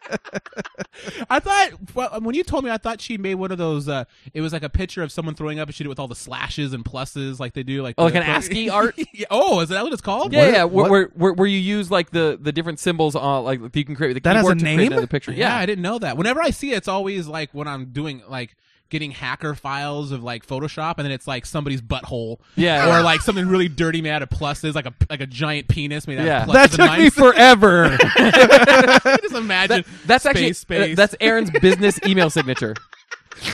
I thought well, when you told me, I thought she made one of those. Uh, it was like a picture of someone throwing up, and she did it with all the slashes and pluses, like they do, like
Oh, like
the- (laughs)
an ASCII art?
Yeah. Oh, is that what it's called?
Yeah, yeah,
what-
where, where, where, where you use like the, the different symbols on like that you can create with the
That has
keyboard
a
to create
name?
another picture.
Yeah,
Yeah,
I didn't know that. Whenever I see it, it's always like when I'm doing like getting hacker files of like Photoshop, and then it's like somebody's butthole,
Yeah.
or like something really dirty made out of pluses, like a like a giant penis made out
Yeah.
of
That
pluses.
took me forever.
I just imagine
(laughs) That's
space,
actually uh,
space.
that's Aaron's business email signature.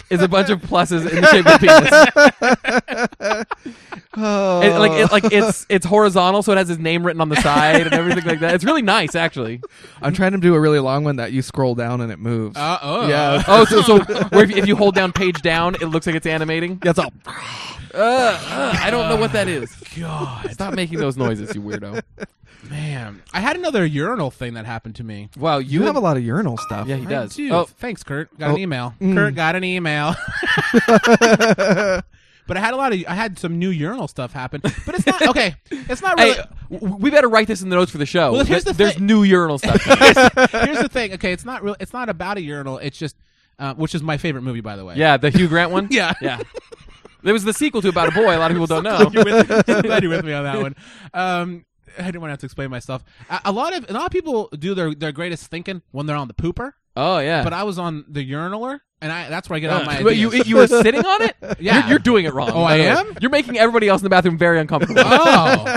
Is a bunch of pluses in the shape of a penis.
(laughs) oh.
It- like it, like it's it's horizontal, so it has his name written on the side and everything like that. It's really nice, actually.
I'm trying to do a really long one that you scroll down and it moves.
Uh, oh.
(laughs)
yeah.
Oh, so so where if, if you hold down page down, it looks like it's animating.
That's all.
Uh, uh, I don't know what that is.
God,
Stop making those noises, you weirdo.
man! I had another urinal thing that happened to me.
Wow, you,
You have a lot of urinal stuff.
Yeah, he
I
does.
do.
Oh,
thanks, Kurt. Got
Oh,
an email.
mm.
Kurt got
(laughs)
an email. (laughs) but I had a lot of I had some new urinal stuff happen. But it's not okay. It's not really.
hey, w- we better write this in the notes for the show.
Well, here's
Th-
the
There's
thing.
new urinal stuff.
(laughs)
(laughs)
here's the thing. Okay, it's not real. It's not about a urinal. It's just, uh, which is my favorite movie, by the way.
yeah, the Hugh Grant one.
Yeah.
yeah. There was the sequel to About a Boy. A lot of people don't know.
(laughs) You're with,
(laughs)
I'm glad you're with me on that one. Um, I didn't want to have to explain myself. A, a lot of a lot of people do their, their greatest thinking when they're on the pooper,
Oh yeah.
but I was on the urinaler, and I that's where I get all my.
But you
ideas.
you were sitting
(laughs)
on it.
Yeah.
you're, you're doing it wrong.
Oh,
by
I
the way.
am?
You're making everybody else in the bathroom very uncomfortable.
(laughs) oh.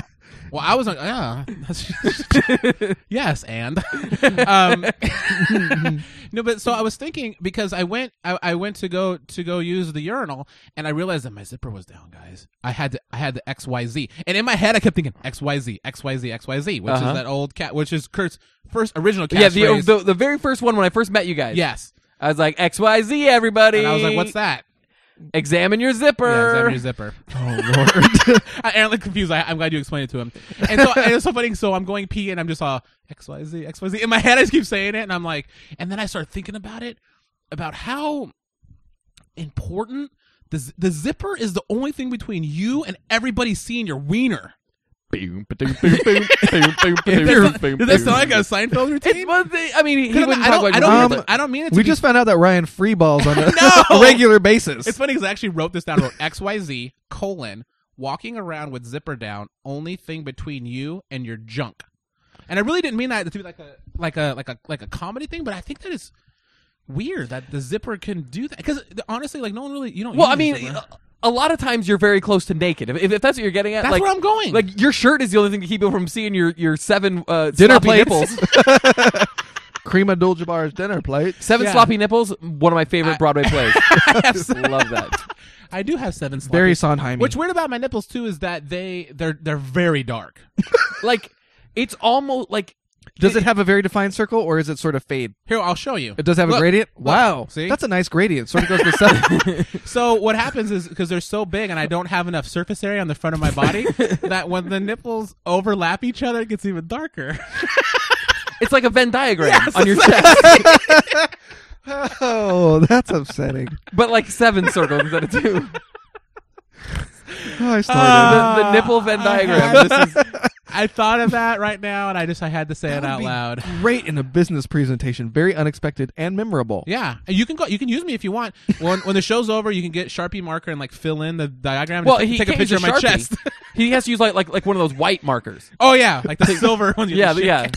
Well, I was on. Yeah. yes,
(laughs)
and um, (laughs) no, but so I was thinking because I went, I, I went to go to go use the urinal, and I realized that my zipper was down, guys. I had to, I had the X Y Z, and in my head I kept thinking X Y Z X Y Z X Y Z, which
Uh-huh.
is that old cat, which is Kurt's first original cat.
(laughs) yeah, the, the the very first one when I first met you guys.
yes,
I was like X Y Z everybody.
and I was like, what's that?
Examine your zipper.
Yeah, examine your zipper. Oh lord, (laughs) I, Aaron looked confused. I, I'm glad you explained it to him. And so and it's so funny. So I'm going pee, and I'm just all X Y Z X Y Z in my head. I just keep saying it, and I'm like, and then I start thinking about it, about how important the z- the zipper is. The only thing between you and everybody seeing your wiener. That's not- Does that sound like a Seinfeld
(laughs) It's,
routine?
well, they- I mean, he
'Cause
wouldn't
I
talk
don't,
about
I don't,
your
mean
Um,
zipper.
to- I don't mean it. To
We
be-
just found out that Ryan freeballs (laughs) on a,
No!
a regular basis.
It's funny because I actually wrote this down. I wrote X Y Z colon walking around with zipper down. Only thing between you and your junk. And I really didn't mean that to be like a like a like a like a comedy thing, but I think that is weird that the zipper can do that. Because honestly, like no one really you don't.
Well,
use
I mean, uh,
the zipper.
a- a lot of times you're very close to naked. If, if that's what you're getting at,
that's
like,
where I'm going.
like your shirt is the only thing to keep you from seeing your your seven uh,
Dinner
sloppy
plates.
nipples.
(laughs)
Cream Abdul-Jabbar's dinner plate.
seven
Yeah.
sloppy nipples. One of my favorite
I- (laughs)
Broadway plays. (laughs) I love that.
I do have seven. Sloppy.
Barry Sondheim.
What's weird about my nipples too is that they they're they're very dark.
Like it's almost like
does it have a very defined circle or is it sort of fade?
Here, I'll show you.
It does have a
Look,
gradient.
look,
wow,
see?
that's a nice gradient. Sort of goes with seven.
(laughs) So what happens is because they're so big and I don't have enough surface area on the front of my
(laughs)
body that when the nipples overlap each other, it gets even darker.
it's like a Venn diagram
Yes,
on your
it's-
chest,
oh, that's
(laughs)
upsetting.
(laughs) but like seven circles instead of two.
Oh, I started.
Uh,
the, the
(laughs)
nipple Venn
I
diagram.
had-
This is
I thought of that right now and I just I had to say
That
it
would
out
be
loud.
Great in a business presentation. Very unexpected and memorable.
Yeah, And you can go. You can use me if you want. When when the show's over, you can get sharpie marker and like fill in the diagram. and
well,
just
he
take a
can't use
picture of my
Sharpie.
chest. (laughs)
He has to use like like like one of those white markers.
Oh yeah, like
(laughs)
the silver ones. you
Yeah,
shake.
yeah.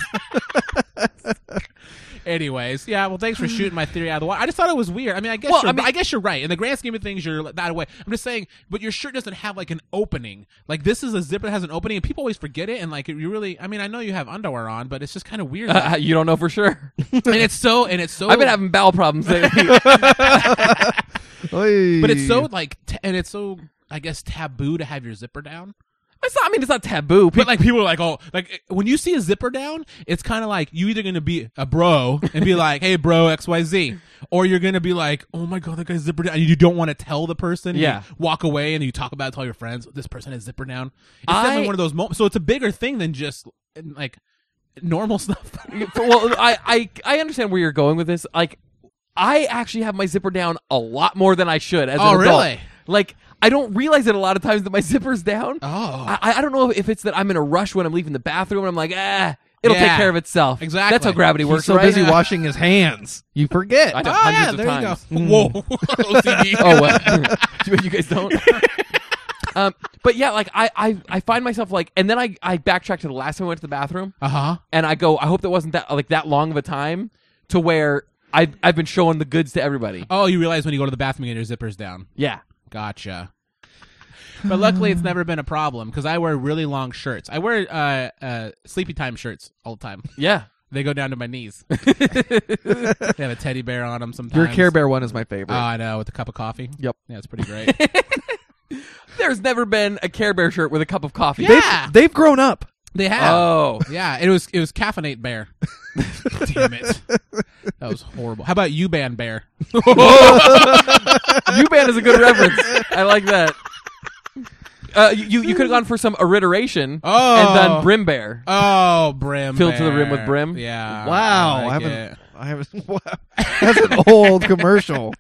Anyways, yeah. Well, thanks for
(sighs)
shooting my theory out of the water. I just thought it was weird. I mean, I guess
Well,
you're,
I
I,
mean-
guess you're right. In the grand scheme of things, you're that way. I'm just saying, but your shirt doesn't have like an opening. Like this is a zipper that has an opening, and people always forget it. And like you really, I mean, I know you have underwear on, but it's just kind of weird.
Uh, (laughs) you don't know
(laughs)
for sure.
and it's so, and it's so.
I've been having bowel problems
(laughs)
lately.
Oy.
but it's so like, t- and it's so. I guess taboo to have your zipper down,
It's not, I mean, it's not taboo.
but
People,
like people are like, oh, like when you see a zipper down, it's kind of like you either gonna be a bro and be like, hey, bro, X Y Z, or you're gonna be like, oh my god, that guy's zipper down. And you don't want to tell the person. You
Yeah.
walk away and you talk about it to all your friends. This person has zipper down. It's
I-
definitely one of those moments. So it's a bigger thing than just like normal (laughs) stuff.
for- well, I, I I understand where you're going with this. Like, I actually have my zipper down a lot more than I should. As
Oh,
an adult.
really?
Like, I don't realize it a lot of times that my (laughs) zipper's down.
Oh.
I, I don't know if it's that I'm in a rush when I'm leaving the bathroom and I'm like, ah, it'll take
Yeah.
care of itself.
Exactly.
That's how gravity
He's
works.
so
right?
busy washing his hands. You forget.
I do
Oh,
hundreds
yeah,
of
there you
times.
go. Whoa, (laughs) OCD.
Oh, well, (laughs) you
(laughs)
you guys don't. um, but yeah, like I, I, I find myself like, and then I, I backtrack to the last time I went to the bathroom,
Uh huh.
and I go, I hope that wasn't that like that long of a time to where I've I've been showing the goods to everybody.
Oh, you realize when you go to the bathroom and your zipper's down.
Yeah.
Gotcha. But luckily, it's never been a problem because I wear really long shirts. I wear uh, uh, sleepy time shirts all the time. (laughs)
Yeah.
They go down to my knees. (laughs) they have a teddy bear on them sometimes.
Your Care Bear one is my favorite.
Oh, I know, with a cup of coffee.
Yep.
Yeah, it's pretty great. (laughs)
There's never been a Care Bear shirt with a cup of coffee.
Yeah.
They've, they've grown up.
they have.
Oh.
Yeah, it was it was caffeinate
(laughs)
bear. Damn it, that was horrible. How about you ban bear?
U-Ban is a good reference. I
(laughs)
like that. Uh, you you could have gone for some alliteration (laughs) and
Oh.
done Brim Bear.
Oh, brim.
Filled to the
Bear.
rim with brim?
Yeah. Ah, I
I
like
haven't.
it.
I haven't. (laughs) Wow. That's an old commercial.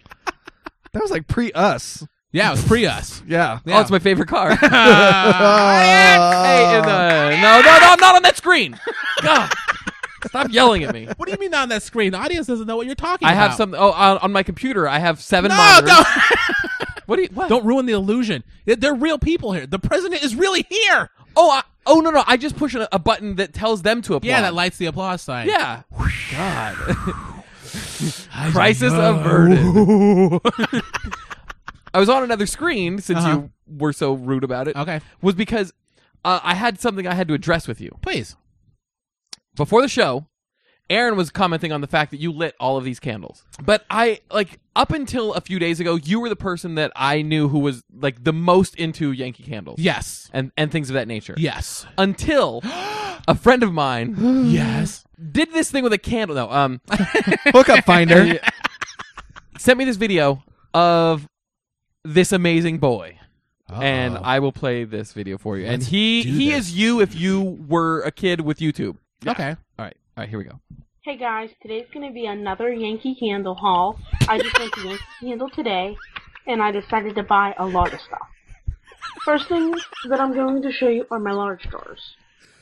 That was like pre us.
Yeah, it was Ah. pre
(laughs)
us.
Yeah.
Yeah.
Oh, it's my
(laughs)
favorite car. hey,
Uh,
and, uh, no, no, no, not on that screen. God, stop yelling at me.
What do you mean on that screen? The audience doesn't know what you're talking
I
about.
have some. Oh, on, on my computer, I have seven
No,
monitors.
don't,
What do you?
(laughs)
What?
don't ruin the illusion. They're- They're real people here. The president is really here.
Oh, I, oh no, no. I just push a, a button that tells them to applaud.
Yeah, that lights the applause sign.
Yeah. God. Crisis
(laughs)
averted. I was on another screen since
Uh-huh.
you were so rude about it.
Okay.
Was because uh, I had something I had to address with you.
Please.
Before the show, Aaron was commenting on the fact that you lit all of these candles. But I, like, up until a few days ago, you were the person that I knew who was, like, the most into Yankee candles.
Yes.
And, and things of that nature.
Yes. (gasps)
Until a friend of mine
yes.
did this thing with a candle. No, um,
(laughs)
(laughs)
Hookup finder.
sent me this video of this amazing boy. And I will play this video for you. and he
do
he
this.
is you if you were a kid with YouTube.
Okay.
All right. All right, here we go.
Hey guys, today's gonna be another Yankee Candle haul. I just went to Yankee Candle today, and I decided to buy a lot of stuff. First thing that I'm going to show you are my large jars.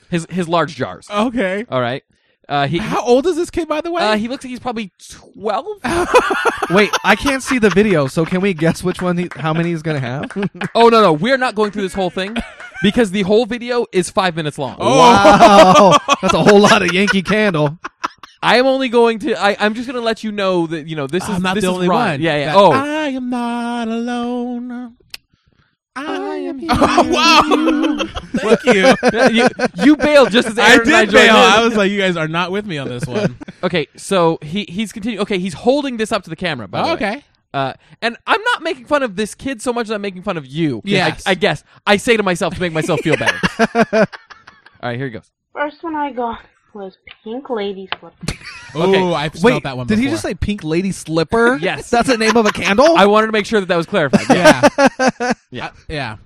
His his large jars.
Okay.
All right. Uh he
Oh. How old is this kid, by the way?
uh, he looks like he's probably 12.
Ah.
Wait, I can't see the video, so can we guess which one, he, how many he's gonna have?
oh no, no. We're not going through this
(laughs)
whole thing because the whole video is 5 minutes long.
Oh.
Wow, that's a whole lot of Yankee Candle.
I am only going to I I'm just going to let you know that you know this is
Uh, I'm not
this
the
is
only
Ron.
one.
Yeah, yeah.
That-
oh.
I am not alone. I am. Here. (laughs) wow! Thank you.
you, you bailed just
(laughs)
as
I
Aaron and
did
joined
bail.
in.
I was like, you guys are not with me on this
(laughs)
one.
Okay, so he he's continuing. Okay, he's holding this up to the camera. By the way.
Oh, okay.
Uh, and I'm not making fun of this kid so much as I'm making fun of you. Yeah,
Yes.
I, I guess I say to myself to make myself
(laughs)
feel better. All right, here he goes.
First one I got was pink lady slippers.
Okay.
Oh, I've smelled
Wait,
that one.
did he
before.
just say Pink Lady Slipper?
Yes.
that's the name of a candle.
I wanted to make sure that that
(laughs)
was clarified.
Yeah.
Yeah.
yeah.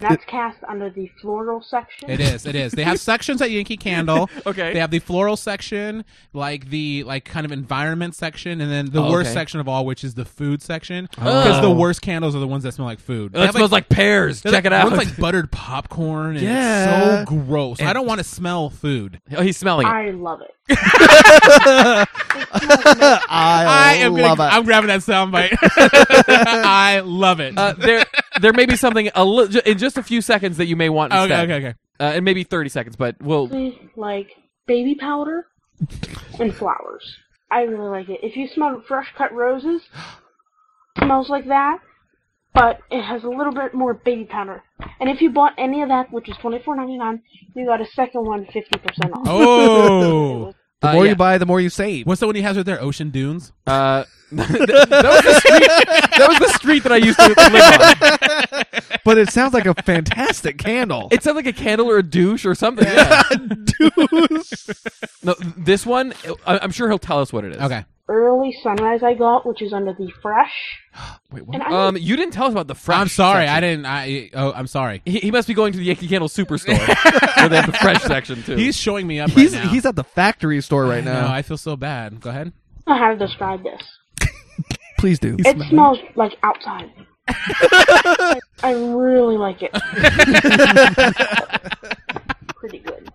That's cast under the floral section.
It is. It is. They have sections at Yankee Candle.
(laughs) Okay.
They have the floral section, like the like kind of environment section, and then the
Oh,
worst
okay.
section of all, which is the food section, because the worst candles are the ones that smell like food. They
that
have,
smells like, pears.
they're
Check
like-
it out.
One's like buttered popcorn. And
Yeah.
It's so gross. I don't want to smell food.
(laughs) oh, he's smelling it.
I love it.
I,
am
Oh, love
gonna, uh,
it.
I'm grabbing that soundbite. (laughs) I love it.
Uh, there, there may be something a li- ju- in just a few seconds that you may want.
okay.
instead.
Okay. Okay.
Uh, and maybe 30 seconds, but we'll.
Mostly, like baby powder and flowers. I really like it. If you smell fresh cut roses, it smells like that, but it has a little bit more baby powder. And if you bought any of that, which is twenty four ninety nine, you got a second one fifty percent off.
Oh.
The
Uh,
more
yeah.
you buy, the more you save.
What's the one he has right there? Ocean Dunes.
Uh, (laughs) that, was the street, that was the street that I used to live on.
But it sounds like a fantastic candle.
It sounds like a candle or a douche or
(laughs)
something. Yeah. no, this one, I- I'm sure he'll tell us what it is.
Okay.
Early sunrise I got, which is under the fresh. (gasps) Wait, what? And I
Um, you didn't tell us about the fresh.
I'm sorry.
section.
I didn't. I. Oh, I'm sorry.
He, he must be going to the Yankee
(laughs)
Candle Superstore where they have the fresh section too.
He's showing me up.
he's
right now.
he's at the factory store right
No,
now.
I feel so bad. Go ahead.
don't know how to describe this.
Please do.
It smells like (laughs) outside. I, I really like (laughs) it. Pretty good.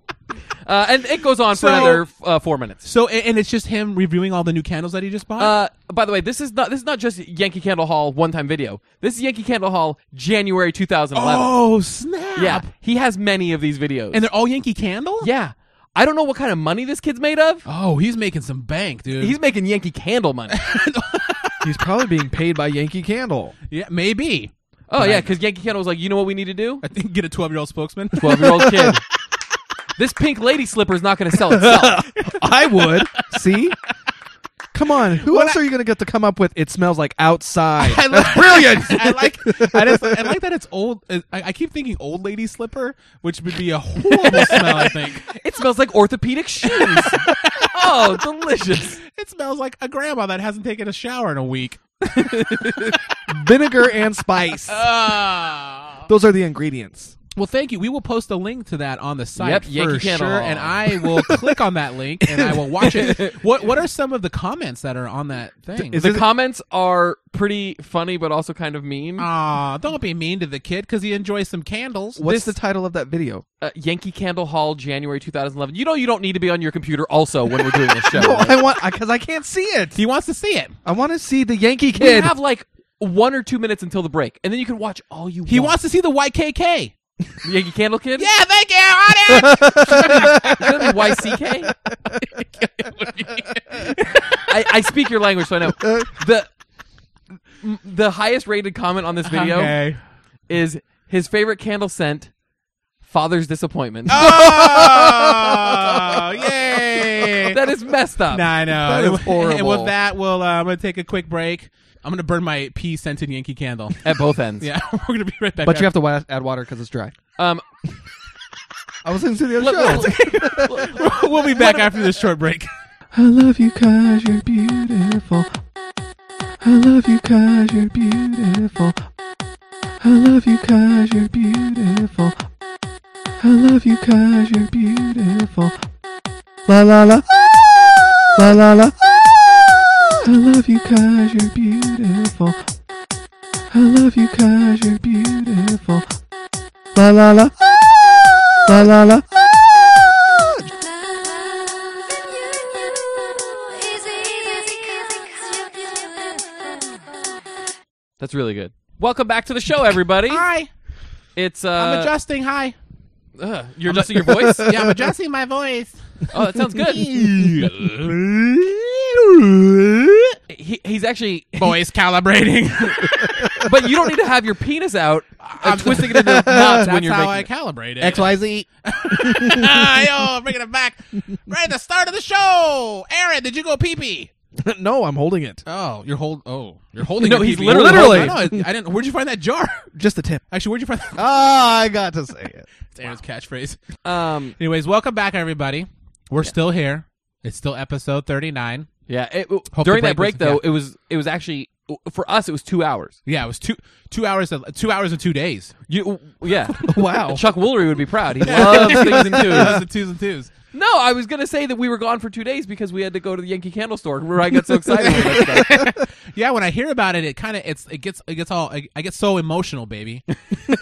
uh, and it goes on
So-
for another uh, four minutes.
So, a- and it's just him reviewing all the new candles that he just bought.
Uh, by the way, this is not this is not just Yankee Candle Hall one time video. This is Yankee Candle Hall January 2011.
oh snap!
yeah, he has many of these videos.
and they're all Yankee Candle.
yeah, I don't know what kind of money this kid's made of.
Oh, he's making some bank, dude.
He's making Yankee Candle money.
He's probably being paid by Yankee Candle.
yeah, maybe.
Oh yeah, because Yankee Candle was like, you know what we need to do?
I think get a twelve-year-old spokesman.
Twelve year old (laughs) kid. This pink lady slipper is not going to sell (laughs) itself.
(laughs) I would. See? Come on. Who else are you going to get to come up with? It smells like outside.
(laughs) (laughs) I like, brilliant. I like. I, just, I like that it's old. I, I keep thinking old lady slipper, which would be a horrible smell. I think
(laughs) It smells like orthopedic shoes. oh, delicious.
it smells like a grandma that hasn't taken a shower in a week.
Vinegar and (laughs) spice. Those are the ingredients.
Well, thank you. We will post a link to that on the site
Yep,
for
Yankee
sure,
Candle.
and I will click on that link and I will watch it. What What are some of the comments that are on that thing?
Is
The
it-
comments are pretty funny, but also kind of mean. Uh,
Aw, don't be mean to the kid because he enjoys some candles.
What's the title of that (laughs) video?
Uh, Yankee Candle Hall, January 2011. You know you don't need to be on your computer also when we're doing this (laughs) show.
No,
right?
Oh, I want because I can't see it.
He wants to see it.
I want to see the Yankee
We
kid.
have like one or two minutes until the break, and then you can watch all you
He
want.
wants to see the YKK.
Yankee Candle Kid?
Yeah, thank you, (laughs) audience.
Is that
(laughs)
YCK? I, I speak your language, so I know. The, m- the highest rated comment on this video is his favorite candle scent, Father's Disappointment.
Oh, yay!
That is messed up.
Nah, I know.
That is
(laughs) And with- And
horrible.
with that, we'll uh, I'm gonna take a quick break. I'm gonna burn my pea scented Yankee candle.
At both ends.
yeah, (laughs) we're gonna be right back.
but you have to wa- add water because it's dry.
Um,
I was listening to the other
look,
show.
look, look, look.
have- (laughs) we'll be back after this short break.
I love you cause you're beautiful. I love you cause you're beautiful. I love you cause you're beautiful. I love you cause you're beautiful. La la la. La la la. I love you cause you're beautiful. I love you cause you're beautiful. La la la. La la la.
That's really good. Welcome back to the show, everybody.
(laughs) Hi,
It's uh,
I'm adjusting. (laughs) Hi,
ugh, you're adjusting your voice.
(laughs) yeah, I'm adjusting my voice.
Oh, that
(laughs)
sounds good. He, he's actually,
Voice calibrating.
but you don't need to have your penis out
(laughs) I'm- (laughs)
and twisting it into knots
That's
when you're
how
making
I
it.
calibrate it. (laughs)
XYZ.
Ah, Yo, bringing it back right at the start of the show. Aaron, did you go pee pee?
(laughs) no, I'm holding it.
Oh, you're hold. Oh, you're holding. Oh.
No,
your
he's
pee-pee.
literally
No, no, I didn't. Where'd you find that jar? (laughs)
Just the tip.
Actually, where'd you find that?
Ah, I got to say it.
That's Aaron's catchphrase.
Um,
Anyways, welcome back, everybody. We're still here. It's still episode thirty nine.
yeah. It, w-
Hope
during
the
that break,
break was-
though, it was it was actually for us. It was two hours.
Yeah, it was two two hours of, two hours and two
(laughs)
days.
You,
(laughs)
yeah.
Wow.
(laughs) Chuck Woolery would be proud. He loves things and
It was (laughs)
twos.
the twos and twos.
No, I was gonna say that we were gone for two days because we had to go to the Yankee Candle Store, where I got so excited. with that
(laughs)
stuff.
Yeah, when I hear about it, it kind of it's it gets it gets all I, I get so emotional,
(laughs)
baby.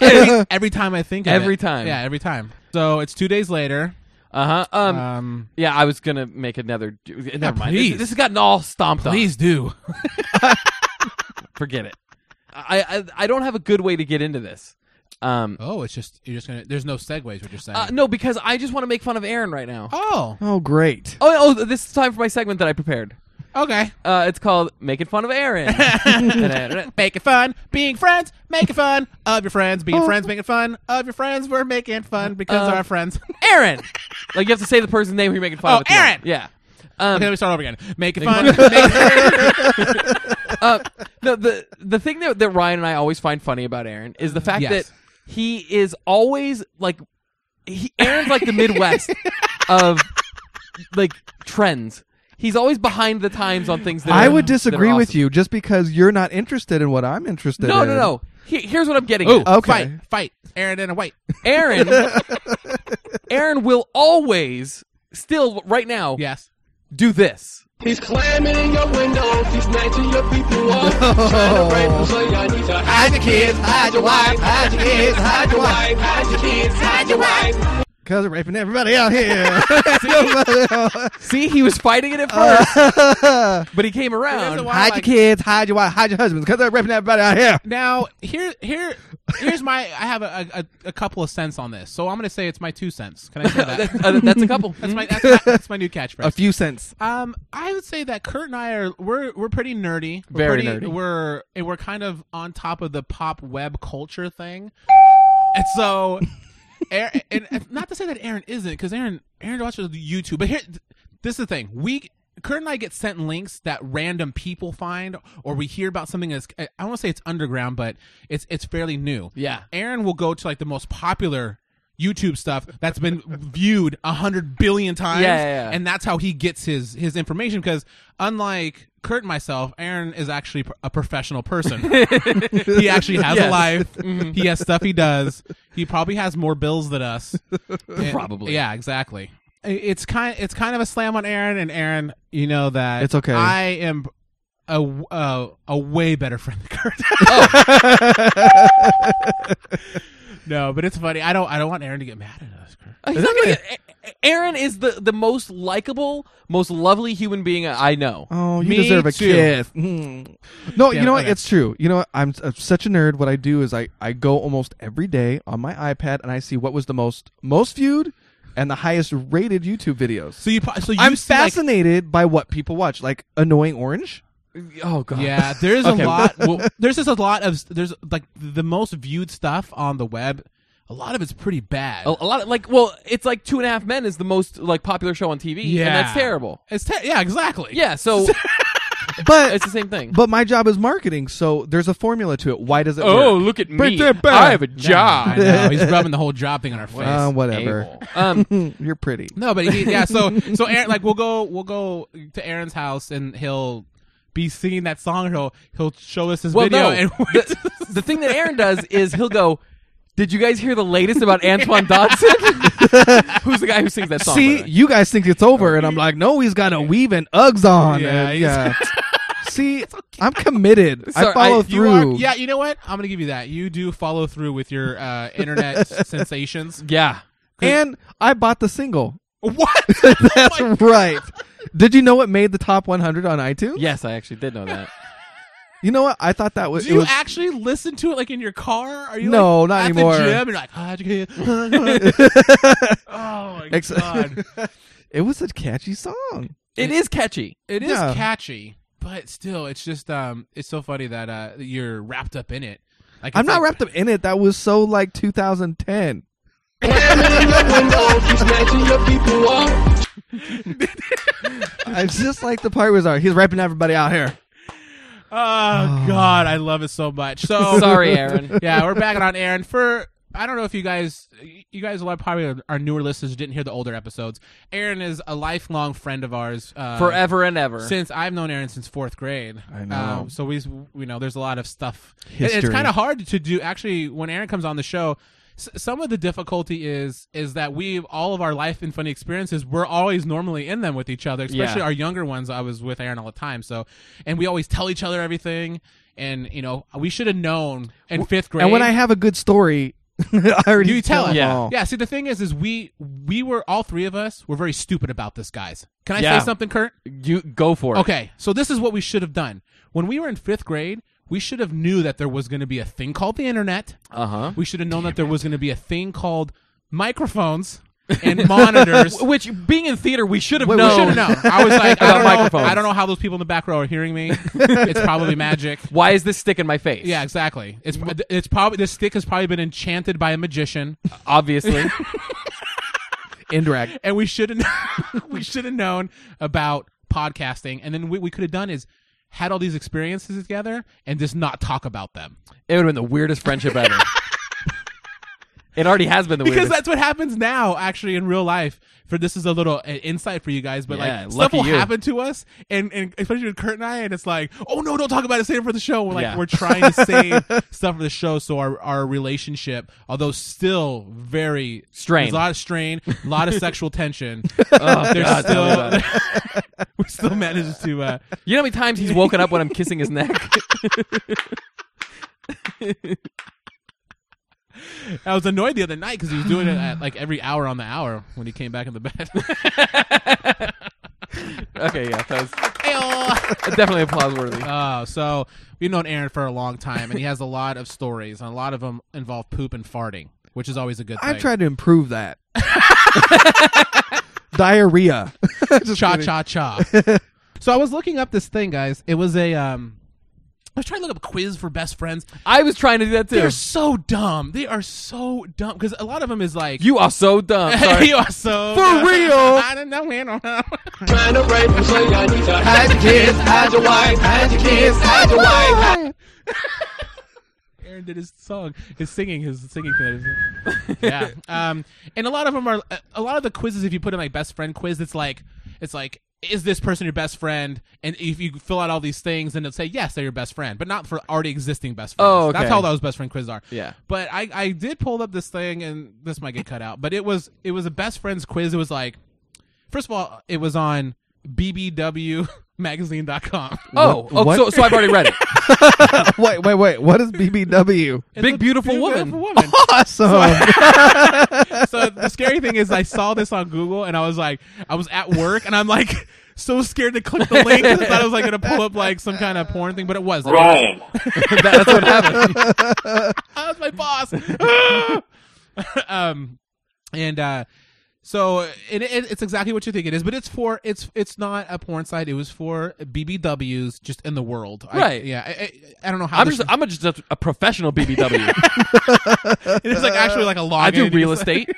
every, every time I think of
Every
it.
time.
yeah, every time. So it's two days later.
Uh huh. Um,
Um,
yeah, I was gonna make another. Never mind. This,
please.
this has gotten all stomped
please do. (laughs)
on. Forget it. I, I I don't have a good way to get into this. Um,
Oh, it's just you're just gonna. There's no segues. What you're saying?
uh, no, because I just want to make fun of Aaron right now.
oh,
(laughs) Oh, great.
Oh, oh, this is time for my segment that I prepared.
okay.
Uh, it's called "Making Fun
(laughs)
of Aaron." Da-da-da-da.
Making fun, being friends, making fun of your friends, being friends, making fun of your friends. We're making fun because
Oh. Uh,
our friends.
Aaron. Like you have to say the person's name who you're making fun
Oh,
of. at the end.
Aaron!
Yeah. Um,
okay, (laughs) let me start over again. Making fun.
(laughs)
making-
uh, no, the the thing that, that Ryan and I always find funny about Aaron is the fact
Yes.
that he is always like he, Aaron's like
(laughs)
the Midwest of like trends. He's always behind the times on things that
I
are-
would
that are
disagree with
awesome.
you just because you're not interested in what I'm interested
No,
in.
no,
(laughs)
(laughs)
no. He- here's what I'm getting.
Ooh,
at.
Okay.
fight, fight. Aaron and a white.
Aaron. Aaron will always still right now
Yes.
do this.
He's climbing in your windows, he's snatching your people up. Trying to (laughs) rape them, so y'all need to hide your kids, hide your wife, hide your kids, hide your wife, hide your kids, hide your wife.
Because they're raping everybody
(laughs)
out here. (laughs)
See, he was fighting it at first, but he
Here's
came
the
around.
wild-
hide your kids, hide your wife, hide your husbands, because they're raping everybody out here.
Now here here Here's my. I have a, a, a couple of cents on this, so I'm gonna say it's my two cents. Can I
(laughs)
say that?
Uh, that's a couple.
that's my. That's my, that's my new catchphrase.
a few
(laughs)
cents.
Um, I would say that Kurt and I are we're we're pretty nerdy. We're
Very
pretty,
nerdy.
We're and we're kind of on top of the pop web culture thing, and
(laughs)
so, Aaron, and and not to say that Aaron isn't because Aaron Aaron watches YouTube, but here this is the thing we. Kurt and I get sent links that random people find, or we hear about something that's I don't want to say it's underground, but it's it's fairly new.
Yeah.
Aaron will go to like the most popular YouTube stuff that's been viewed a hundred billion times,
Yeah, yeah, yeah.
and that's how he gets his his information. Because unlike Kurt and myself, Aaron is actually pr- a professional person. (laughs)
(laughs)
he actually
(laughs)
has a
Yes. (laughs) Mm-hmm.
life. He has stuff he does. He probably has more bills than
(laughs)
us. And-
Probably.
yeah, exactly. I- It's kind it's kind of a slam on Aaron, and Aaron, you know that
It's okay.
I am. A, a, a way better friend than Kurt. (laughs)
Oh.
no, but it's funny. I don't I don't want Aaron to get mad at us. Kurt.
He's not gonna get- A- A- Aaron is the, the most likable, most lovely human being I know.
Oh, you
Me
deserve a
too.
(laughs) kiss. Mm. No,
Damn
you
it,
know what?
okay.
It's true. You know what? I'm, I'm such a nerd. What I do is I, I go almost every day on my iPad and I see what was the most most viewed and the highest rated YouTube videos.
So you pro- so you
I'm
see, like-
fascinated by what people watch, like Annoying Orange.
Oh god.
Yeah, there's
Okay.
a lot.
(laughs)
Well, there's just a lot of there's like the most viewed stuff on the web. A lot of it's pretty bad.
A, a lot of like, well, it's like Two and a Half Men is the most like popular show on TV. and that's terrible.
It's ter- yeah, exactly.
Yeah, so
But
it's the same thing.
But my job is marketing, so there's a formula to it. Why does it
Oh,
work?
Oh, look at
Bring that back.
I
(laughs)
know. He's rubbing the whole job thing on our face.
Uh, whatever.
Um,
Hmm, You're pretty.
(laughs) No, but he, yeah. So so Aaron, like we'll go we'll go to Aaron's house and he'll be singing that song. He'll he'll show us his
well,
video
no. (laughs)
and
the, the thing that Aaron does is he'll go. Did you guys hear the latest (laughs) about Antoine Dodson? Who's the guy who sings that song? by the
See,
way?
you guys think it's over, and I'm like, no, he's got a weave and Uggs on.
Yeah,
and-
he's- (laughs)
yeah. See, I'm committed. I
Sorry,
follow
I-
you are,
through.
yeah. You know what? I'm gonna give you that. You do follow through with your uh,
(laughs)
internet sensations.
yeah.
and I bought the single.
(laughs)
(laughs)
What?
That's right. Did you know it made the top 100 on iTunes?
Yes, I actually did know that.
You know what? I thought that was.
Do
it
you
was
actually listen to it like in your car? Are you
No,
like,
not
at
anymore.
The gym, and you're like, "Ah, okay." (laughs) oh my
(laughs) Ex-
god,
(laughs) it was a catchy song.
(laughs) It is catchy.
it is
Yeah.
catchy, but still, it's just um, it's so funny that uh, you're wrapped up in it. Like
I'm
it's
not
like-
wrapped up in it. That was so like 2010.
(laughs)
I just like the part was like, he's rapping everybody out here.
Oh god, I love it so much.
(laughs)
So
Sorry, (laughs) Aaron.
yeah, we're back on Aaron for. I don't know if you guys, you guys, a lot probably our newer listeners didn't hear the older episodes. Aaron is a lifelong friend of ours. Uh,
Forever and ever.
since I've known Aaron since fourth grade. I
know.
Um, so we, you know, there's a lot of stuff. It-
History.
it's kind of hard to do. Actually, when Aaron comes on the show, s- some of the difficulty is is that we all of our life and funny experiences we're always normally in them with each other, especially
Yeah.
our younger ones. I was with Aaron all the time, so and we always tell each other everything. And you know, we should have known in fifth grade.
And when I oh. have a good story, (laughs) I already
You tell it.
Yeah.
all.
yeah, see the thing is is we we were all three of us were very stupid about this, guys. Can I
Yeah.
say something, Kurt?
you go for it.
Okay, so this is what we should have done. When we were in fifth grade, we should have knew that there was going to be a thing called the internet.
Uh huh.
We should have known that there was going to be a thing called
(laughs)
microphones and monitors. We
Which, being in theater, we should have
Wait, we
known.
should have known. I was
(laughs)
like, I
About
don't, know,
microphones.
I don't know how those people in the back row are hearing
(laughs)
me. It's probably magic.
Why is this stick in my face?
Yeah, exactly. It's it's probably this stick has probably been enchanted by a magician.
obviously. (laughs)
Indirect.
and we should have (laughs) we should have known about podcasting and then what we could have done is had all these experiences together and just not talk about them
It would have been the weirdest friendship (laughs) ever. it already has been the
because
weirdest.
that's what happens now actually in real life for this is a little uh, insight for you guys but like
Yeah,
stuff
lucky
will
you.
happen to us and, and especially with kurt and i and it's like oh no don't talk about it save it for the show we're like
Yeah.
we're trying to
(laughs)
save stuff for the show so our, our relationship although still very
Strained.
there's a lot of strain a lot of sexual
(laughs)
tension
Oh,
there's still we still managed to uh
you know how many times he's woken up when I'm kissing his (laughs) neck?
I was annoyed the other night because he was (laughs) doing it at like every hour on the hour when he came back in the bed.
Okay, yeah, that was definitely applause worthy.
Oh, so we've known Aaron for a long time, and he has a lot of stories, and a lot of them involve poop and farting, which is always a good thing.
I've tried to improve
(laughs)
that. (laughs) Diarrhea. (laughs) Just
cha
kidding.
cha cha. so I was looking up this thing, guys. It was a um, I was trying to look up quiz for best friends.
(laughs) I was trying to do that too.
They're so dumb. They are so dumb because a lot of them is like
you are so
(laughs)
dumb. Sorry. (laughs)
you are so
For real?
(laughs) I don't know, man. I don't know. (laughs)
Trying to rape and say I need to hide your kids, hide your wife, hide your kids, hide your wife.
(laughs)
Aaron did his song, his singing, his singing thing. yeah. Um, and a lot of them are a lot of the quizzes. If you put in like best friend quiz, it's like it's like is this person your best friend? And if you fill out all these things, then it'll say yes, they're your best friend, but not for already existing best friends.
Oh, okay.
that's how those best friend quizzes are.
Yeah.
But I I did pull up this thing, and this might get cut out, but it was it was a best friends quiz. It was like first of all, it was on (laughs) bbwmagazine.com.
oh,
What-
oh
what?
So, so I've already read (laughs) it.
wait, wait, wait. What is
(laughs)
BBW?
Big beautiful, woman.
woman.
Awesome.
so the scary thing is I saw this on Google and I was like I was at work and I'm like (laughs) so scared to click the link 'cause I thought I was like gonna pull up like some kind of porn thing, but it wasn't. (laughs)
Wrong.
That- that's what happened.
That was my boss. (laughs) um and uh so and it, it's exactly what you think it is, but it's for it's it's not a porn site. It was for BBWs just in the world, I-
Right.
yeah, I, I, I don't know how.
I'm
this-
just I'm just a, a professional (laughs) BBW.
(laughs) it's like actually like a log.
I do
entity.
real (laughs) estate.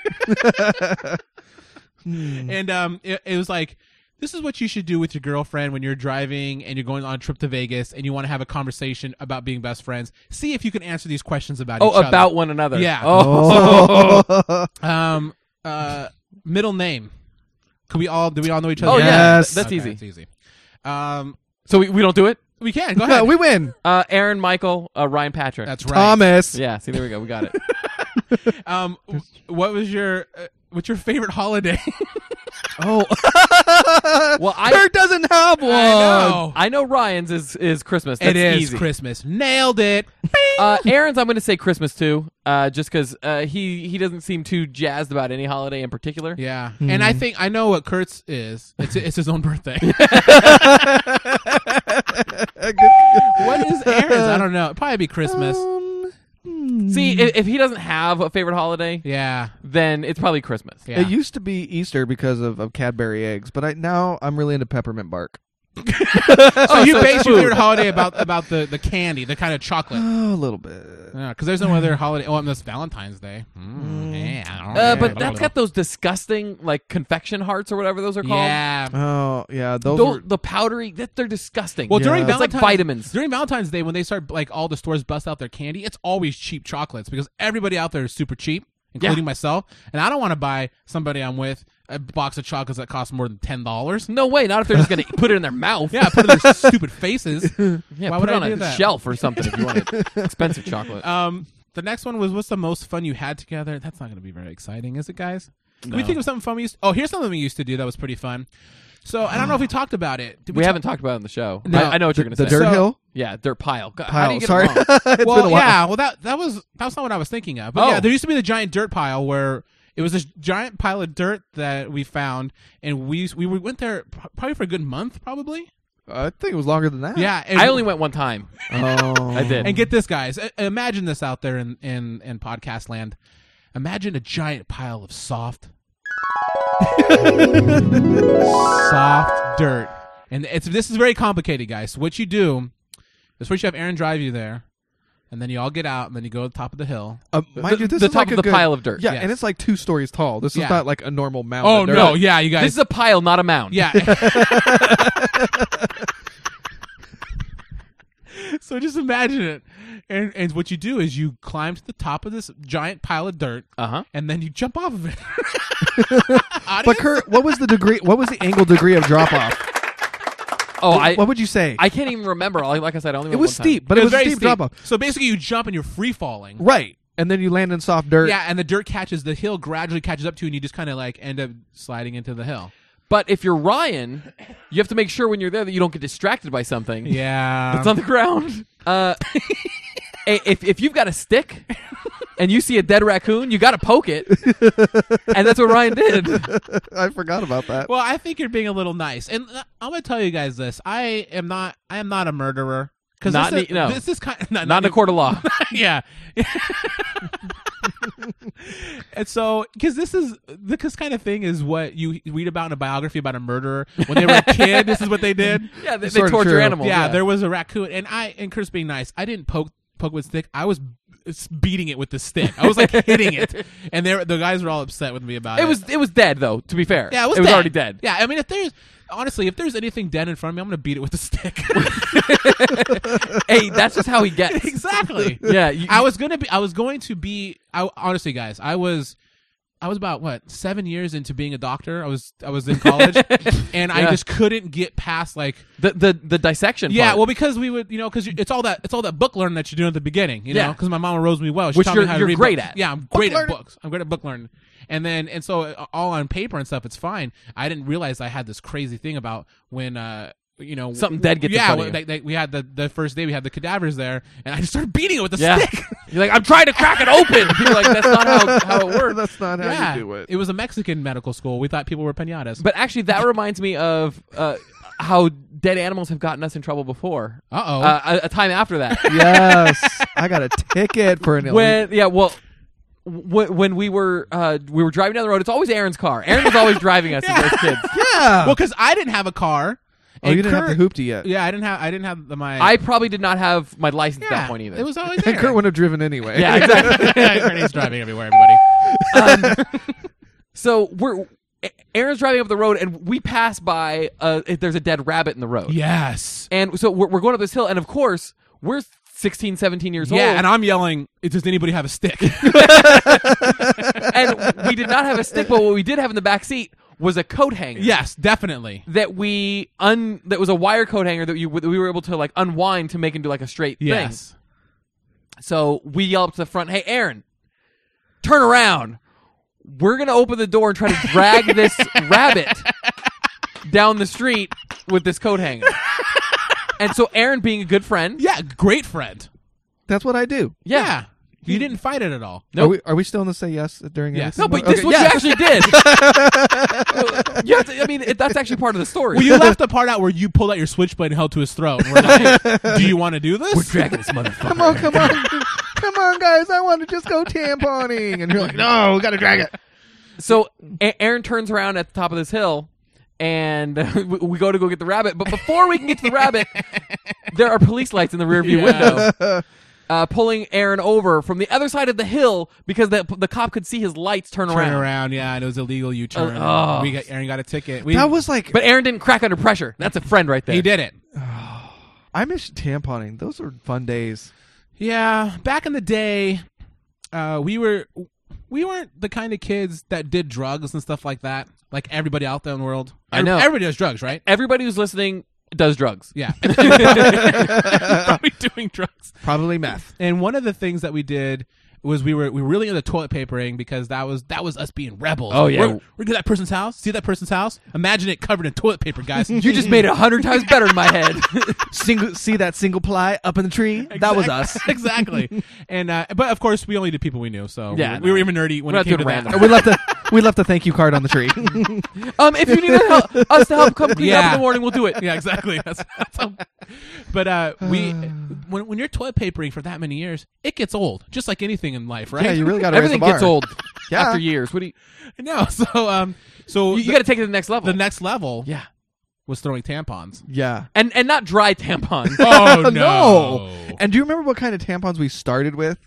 Mm-hmm.
and um, it, it was like this is what you should do with your girlfriend when you're driving and you're going on a trip to Vegas and you want to have a conversation about being best friends. See if you can answer these questions about
Oh,
each other.
about one another.
Yeah.
Oh, oh,
um uh middle name. Can we all do we all know each other?
Oh, yeah.
Yes.
That's
Okay,
easy.
It's easy. Um,
So we, we don't do it.
we can go
Yeah,
ahead.
we win.
Uh, Aaron, Michael, uh, Ryan, Patrick.
That's right.
Thomas.
(laughs) yeah. See, there we go. We (laughs) got it.
Um, w- what was your uh, what's your favorite holiday? (laughs)
Oh.
Well, I-
Kurt doesn't have one.
know.
I know Ryan's is is Christmas. That's
it is
easy.
Christmas. Nailed
(laughs)
it.
Uh, Aaron's, I'm going to say Christmas too, uh, just because uh, he he doesn't seem too jazzed about any holiday in particular.
Yeah, and
Mm-hmm.
I think I know what Kurt's is. It's it's his own birthday.
(laughs)
what is Aaron's? I don't know. It'd probably be Christmas.
Uh,
Hmm.
See,
Mm-hmm.
if, if he doesn't have a favorite holiday,
Yeah,
then it's probably Christmas.
yeah.
It used to be Easter because of, of Cadbury eggs, but I now I'm really into peppermint bark.
oh, you
so
base
it's
your
food.
favorite holiday about about the the candy, the kind of
Uh,
chocolate.
Oh, a little bit.
Because there's no other holiday. Oh, and that's Valentine's Day. Mm, yeah,
Uh, but that's got those disgusting like confection hearts or whatever those are called.
yeah.
Oh yeah, those.
Tho-
were-
the powdery that they're disgusting.
Well, during
Uh, it's like
Valentine's,
vitamins.
during Valentine's Day, when they start like all the stores bust out their candy, it's always cheap chocolates because everybody out there is super cheap, including
Yeah.
myself. And I don't want to buy somebody I'm with a box of chocolates that costs more than ten dollars.
No way, not if they're just going to put it in their mouth.
Yeah, I put it in their stupid faces.
(laughs)
why
yeah. put
would
it
I
on
do
a
that?
shelf or something if you
(laughs)
want it. expensive chocolate.
Um, the next one was what's the most fun you had together? That's not going to be very exciting, is it, guys? Can we think of something fun we used. oh, here's something we used to do that was pretty fun. So I don't
(gasps)
know if we talked about it. Did
we
talk-
haven't talked about it on the show.
No.
I, I know what you're going
the
to say.
dirt
So-
hill
yeah, dirt pile. God, How do
pile.
you get it
Sorry,
wrong?
(laughs)
(laughs)
it's
well,
been a while.
yeah. Well, that that was that was not what I was thinking of. But
Oh.
yeah, there used to be the giant dirt pile where it was this giant pile of dirt that we found, and we used- we went there pro- probably for a good month, probably.
I think it was longer than that.
Yeah, (laughs) and,
I only went one time.
Oh.
I did.
And get this, guys. I- I Imagine this out there in in in podcast land. Imagine a giant pile of soft, (laughs) soft dirt, and it's this is very complicated, guys. What you do is first you have Aaron drive you there, and then you all get out, and then you go to the top of the hill.
Uh, mind
The-
you, this
the
is
top
like
of
a
the
good-
pile of dirt.
Yeah,
Yes.
and it's like two stories tall. This
Yeah.
is not like a normal mountain.
Oh
They're
no,
like-
yeah, you guys.
This is a pile, not a mound.
yeah. (laughs) so just imagine it, and and what you do is you climb to the top of this giant pile of dirt,
Uh huh.
and then you jump off of it.
(laughs) (laughs) But Kurt, what was the degree? What was the angle degree of drop off?
Oh, I
what would you say?
I can't even remember. Like, like I said, I
it
only went
was
one time.
steep, but it, was, a steep, drop off.
So basically, you jump and you're free falling.
Right, and then you land in soft dirt.
Yeah, and the dirt catches the hill, gradually catches up to you, and you just kind of like end up sliding into the hill.
But if you're Ryan, you have to make sure when you're there that you don't get distracted by something
Yeah.
(laughs) that's on the ground. Uh, i- if if you've got a stick and you see a dead raccoon, you got to poke it, and that's what Ryan did.
I forgot about that.
Well, I think you're being a little nice, and uh, I'm gonna tell you guys this: I am not. I am not a murderer. Because
Not
this, is-
ne- no.
this (laughs) is kind.
(laughs) Not in a court of law.
yeah. (laughs) and so, because this is the this kind of thing is what you read about in a biography about a murderer when they were a kid. this is what they did.
(laughs) (laughs) Yeah, they, they
Sort of
torture
true.
animals.
yeah, there was a raccoon, and I and Chris being nice, I didn't poke poke with stick. I was b- beating it with the stick. I was like hitting (laughs) it, and they were- the guys were all upset with me about it.
It was it was dead though. To be fair,
Yeah, it was,
already dead.
Yeah, I mean, if there's honestly, if there's anything dead in front of me, I'm gonna beat it with a stick. (laughs)
hey, that's just how he (laughs)
(laughs)
gets.
exactly.
Yeah, you,
I was gonna be. I was going to be. I honestly, guys, I was. I was about what seven years into being a doctor. I was I was in (laughs) college, and I
Yeah.
just couldn't get past like
the the the dissection.
yeah.
part,
Well, because we would you know because it's all that it's all that book learning that you do at the beginning. You
Yeah.
know, because my mom rose me well. She
Which
taught
you're-
me how
you're
to read
great
books.
at.
Yeah, I'm great at books. I'm great at book learning. And then and so uh, all on paper and stuff, it's fine. I didn't realize I had this crazy thing about when. uh you know
Something dead gets in
yeah
front of you.
like, like, we had the the first day we had the cadavers there and i just started beating it with a
yeah. (laughs)
stick (laughs)
You're like, I'm trying to crack it open. People are like, that's not how how it
(laughs)
works.
That's not how you do it.
was a Mexican medical school. We thought people were pinatas.
But actually, that reminds me of uh, how dead animals have gotten us in trouble before.
Uh-oh.
Uh, a, a time after
(laughs)
that,
yes, I got a ticket for an illegal.
(laughs) when yeah, well, w- when we were uh, we were driving down the road, it's always Aaron's car. Aaron was always driving us
(laughs)
as those kids.
yeah.
well, because I didn't have a car.
oh, you didn't have the hoopty yet.
Yeah, I didn't have. I didn't have the, my.
I probably did not have my license
yeah,
at that point either.
It was
(laughs)
always there.
And Kurt would have driven anyway.
(laughs)
yeah, exactly.
Ernie's driving everywhere. Everybody.
So we're A- Aaron's driving up the road, and we pass by. Uh, there's a dead rabbit in the road,
Yes.
and so we're, we're going up this hill, and of course we're 16, 17 years
Yeah,
old,
Oh, and I'm yelling. Does anybody have a stick? (laughs)
and we did not have a stick, but what we did have in the back seat was a coat hanger.
yes, definitely.
That we un that was a wire coat hanger that you that we were able to like unwind to make into like a straight
Yes.
thing. So we yell up to the front, "Hey, Aaron, turn around! We're gonna open the door and try to drag
(laughs)
this rabbit down the street with this coat hanger." And so Aaron, being a good friend,
Yeah, great friend.
That's what I do.
yeah,
You didn't fight it at all.
Nope.
Are, we, are we still in the say yes during
Yes.
no,
everything?
but
Okay,
this is what
yeah.
you actually did. you have to, I mean, it, that's actually part of the
(laughs)
story.
Well, you left the part out where you pulled out your switchblade and held to his throat. And we're (laughs) like, do you want to do this? We're dragging (laughs) this motherfucker.
Come on, Oh, come on. Come on, guys! I want to just go tamponing, and you're like, "No, we gotta drag it."
(laughs) So A- Aaron turns around at the top of this hill, and (laughs) we- we go to go get the rabbit. But before we can get to the
(laughs)
rabbit, there are police lights in the rearview window. Uh, pulling Aaron over from the other side of the hill because the, the cop could see his lights turn,
Turn
around.
around, yeah, and it was illegal. You turn.
Uh, oh.
We got Aaron got a ticket. We,
That was like,
But Aaron didn't crack under pressure. That's a friend right there.
he did it.
I miss tamponing. Those were fun days.
Yeah, back in the day, uh, we were we weren't the kind of kids that did drugs and stuff like that. Like everybody out there in the world,
I know.
everybody does drugs, right?
Everybody who's listening does drugs. (laughs)
Yeah, (laughs) probably doing drugs.
Probably meth.
And one of the things that we did was we were we were really into toilet papering because that was that was us being rebels.
Oh, yeah.
we're, we're at that person's house. See that person's house? Imagine it covered in toilet paper,
(laughs)
guys.
You just made it a hundred times better in
(laughs)
my head.
Single, see that single ply up in the tree? That was us.
(laughs) exactly. And uh, but of course, we only did people we knew. So
Yeah,
we,
no.
we were even nerdy when
We're
it
not
came to
doing
that.
random.
we left a we left a thank you card on the
(laughs)
tree.
um, if you need help, us to help come clean up
Yeah.
in the morning, we'll do it.
yeah, exactly. That's, (laughs) that's
(sighs)
how, but uh, we when when you're toilet papering for that many years, it gets old, just like anything in life, right?
yeah, you really got to raise the
Everything
bar.
gets old
Yeah.
after years. What do you?
(laughs) no, so um, so
You,
the,
got to take it to the next level.
the next level
yeah.
was
(laughs)
throwing tampons.
Yeah.
and and not dry
(laughs)
tampons.
Oh
(laughs) And do you remember what kind of tampons we started with?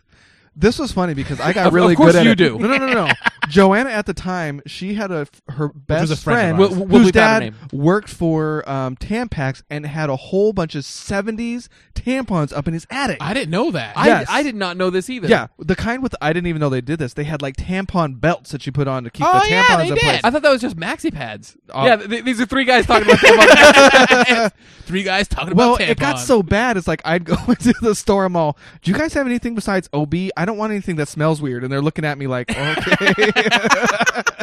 This was funny because I got
Of-
really
of course
good at
you
it.
do.
No, no, no, no. Joanna at the time, she had a her best
was a friend of
ours. We'll- we'll
whose
bleep out her
dad
name.
worked for um, Tampax and had a whole bunch of '70s tampons up in his attic.
I didn't know that.
I,
Yes.
I did not know this either.
yeah, the kind with I didn't even know they did this. They had like tampon belts that you put on to keep
Oh,
the tampons
yeah, they
in
did.
place.
I thought that was just maxi pads.
Oh.
Yeah, th- th- these are three guys talking about tampons.
(laughs) Three guys talking
Well,
about tampons.
it got so (laughs) bad. It's like I'd go into the store. I'm all, "Do you guys have anything besides OB? I don't want anything that smells weird." And they're looking at me like, (laughs) "Okay."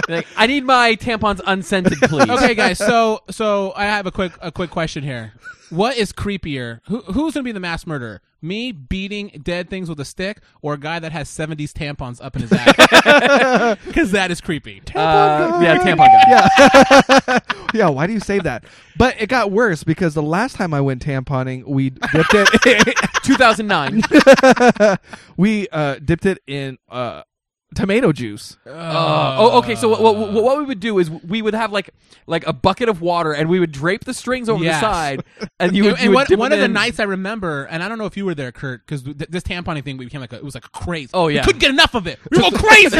Like, I need my tampons unscented, please.
okay, guys. So so I have a quick a quick question here. What is creepier? Who, who's gonna be the mass murderer? Me beating dead things with a stick or a guy that has 70s tampons up in
(laughs)
his ass. Because that is creepy.
Uh,
guy.
yeah, tampon guy.
yeah, why do you say that? But it got worse because the last time I went tamponing, we dipped it.
2009.
(laughs) we uh, dipped it in uh, tomato juice.
Uh, oh, okay. So what, what, what we would do is we would have like like a bucket of water, and we would drape the strings over
Yes.
the side, and you would,
and
you
and
would
one,
dip
one
it
of the
in.
nights I remember, and I don't know if you were there, Kurt, because th- this tamponing thing became like a, it was like a craze.
Oh,
we
yeah.
couldn't get enough of it. We
(laughs)
were crazy.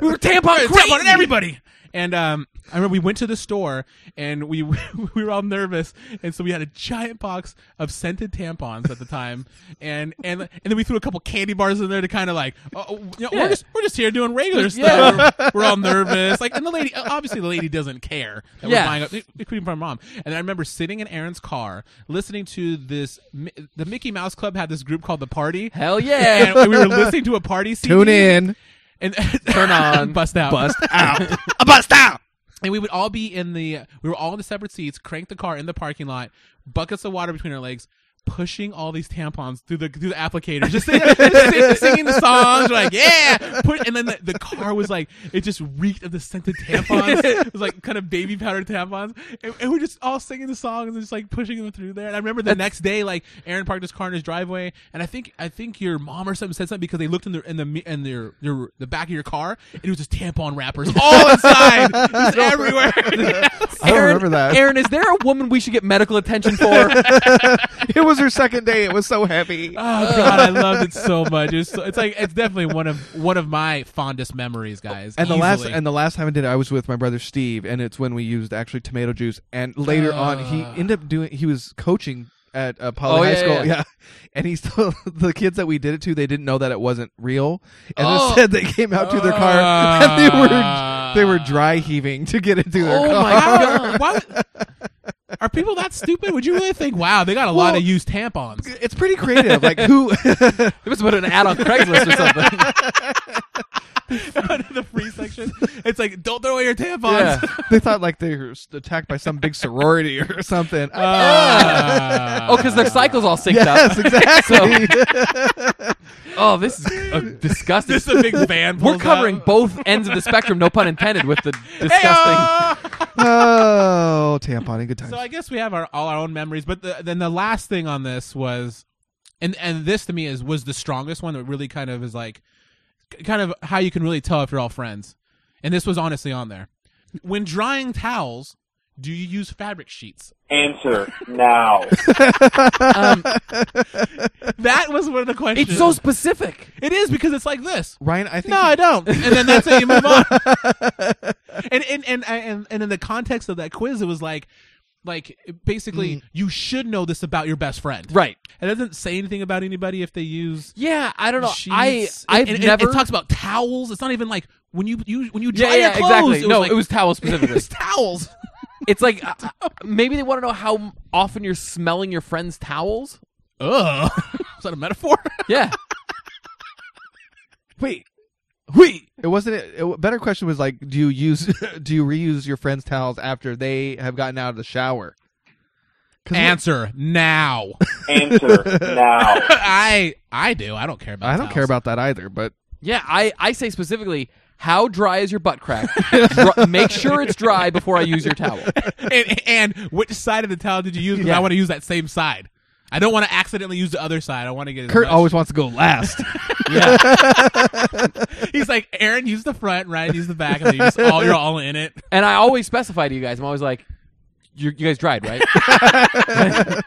we were tamponing, tamponing everybody. And um, I remember we went to the store and we (laughs) we were all nervous, and so we had a giant box of scented tampons at the time, and and and then we threw a couple candy bars in there to kind of like, oh, you know,
Yeah.
we're just we're just here doing regular
Yeah.
stuff. We're, we're all nervous, like, and the lady obviously the lady doesn't care that
Yeah.
we're buying up, Uh, e, including my mom. And I remember sitting in Aaron's car, listening to this. Mi- The Mickey Mouse Club had this group called the Party,
Hell
(laughs)
yeah!
and we were listening to a party.
(laughs)
CD
Tune in.
and (laughs) turn
on.
bust out, (laughs)
Bust out.
and we would all be in the. We were all in the separate seats, cranked the car in the parking lot, buckets of water between our legs. Pushing all these tampons through the through the applicator, just, sing- (laughs) just sing- singing the songs, we're like yeah. Put, and then the, the car was like, it just reeked of the scented tampons. it was like kind of baby powder tampons, and, and we're just all singing the songs and just like pushing them through there. And I remember the next day, like Aaron parked his car in his driveway, and I think I think your mom or something said something because they looked in the in the mi- in their, their the back of your car, and it was just
(laughs)
tampon wrappers all inside, just everywhere.
I don't remember that.
Aaron, is there a woman we should get medical attention for?
It was her second day. It was so (laughs) heavy.
Oh god, I loved it so much. It was so, it's like it's definitely one of one of my fondest memories, guys.
And the last
Easily.
and the last time I did it, I was with my brother Steve, and it's when we used actually tomato juice. And later on, he ended up doing. He was coaching at uh, Poly
Ah. Oh,
High
yeah,
School,
yeah.
(laughs) And he still (laughs) the kids that we did it to, they didn't know that it wasn't real, and
Oh.
instead they came out to their car (laughs) and they were they were dry heaving to get into their
oh
car.
my god!
Why would- are people that stupid? Would you really think? Wow, they got a lot of used tampons.
(laughs) It's pretty creative. Like who? (laughs)
They must have put an ad on Craigslist or something.
out of the free section. It's like, don't throw away your tampons. (laughs)
Yeah.
they thought like they were attacked by some big sorority (laughs) or something.
Uh,
Oh, because their cycle's all synced (laughs)
yes,
up.
exactly. (laughs)
Oh, this is uh,
(laughs)
disgusting.
this is a big van.
We're
pulls
covering
up.
both ends of the spectrum, no pun intended, with the disgusting.
Hey-oh!
oh, tamponing. Good times.
So I guess we have our all our own memories, but the, then the last thing on this was, and and this to me is was the strongest one that really kind of is like, k- kind of how you can really tell if you're all friends, and this was honestly on there. When drying towels, do you use fabric
(laughs)
sheets?
Answer now.
That was one of the questions.
um, It's so specific.
it is because it's like this.
Ryan, I think
No, I don't. And then that's how you move
(laughs)
on. and, and and and and in the context of that quiz, it was like, like basically, you should know this about your best friend,
Mm. Right.
It doesn't say anything about anybody if they use
Yeah, I don't know.
sheets.
I I've
And- and-
never
It talks about towels. It's not even like when you you when you
Yeah,
dry
yeah,
your clothes.
exactly. no,
like- (laughs)
it was towel
it
specifically.
was
(laughs)
towels.
it's like uh, uh, maybe they want to know how m- often you're smelling your friend's towels.
Ugh. (laughs) Is that a
(laughs)
metaphor?
Yeah.
wait.
Wait.
It wasn't. It, it, better question was like, do you use, (laughs) do you reuse your friends' towels after they have gotten out of the shower? 'Cause we-
Answer
(laughs)
now.
Answer now.
I I do. I don't care about.
I don't care
towels.
about that either. But
Yeah, I I say specifically how dry is your butt crack? (laughs) Dr- make sure it's dry before I use your towel.
and, and which side of the towel did you use? 'Cause
Yeah.
I want to use that same side. I don't want to accidentally use the other side. I want to get. as
Kurt
much.
always wants to go last.
(laughs) He's like, Aaron, use the front, Ryan, use the back, and then you just all you're all in (laughs) it.
And I always specify to you guys. I'm always like, you you guys dried right? (laughs) I,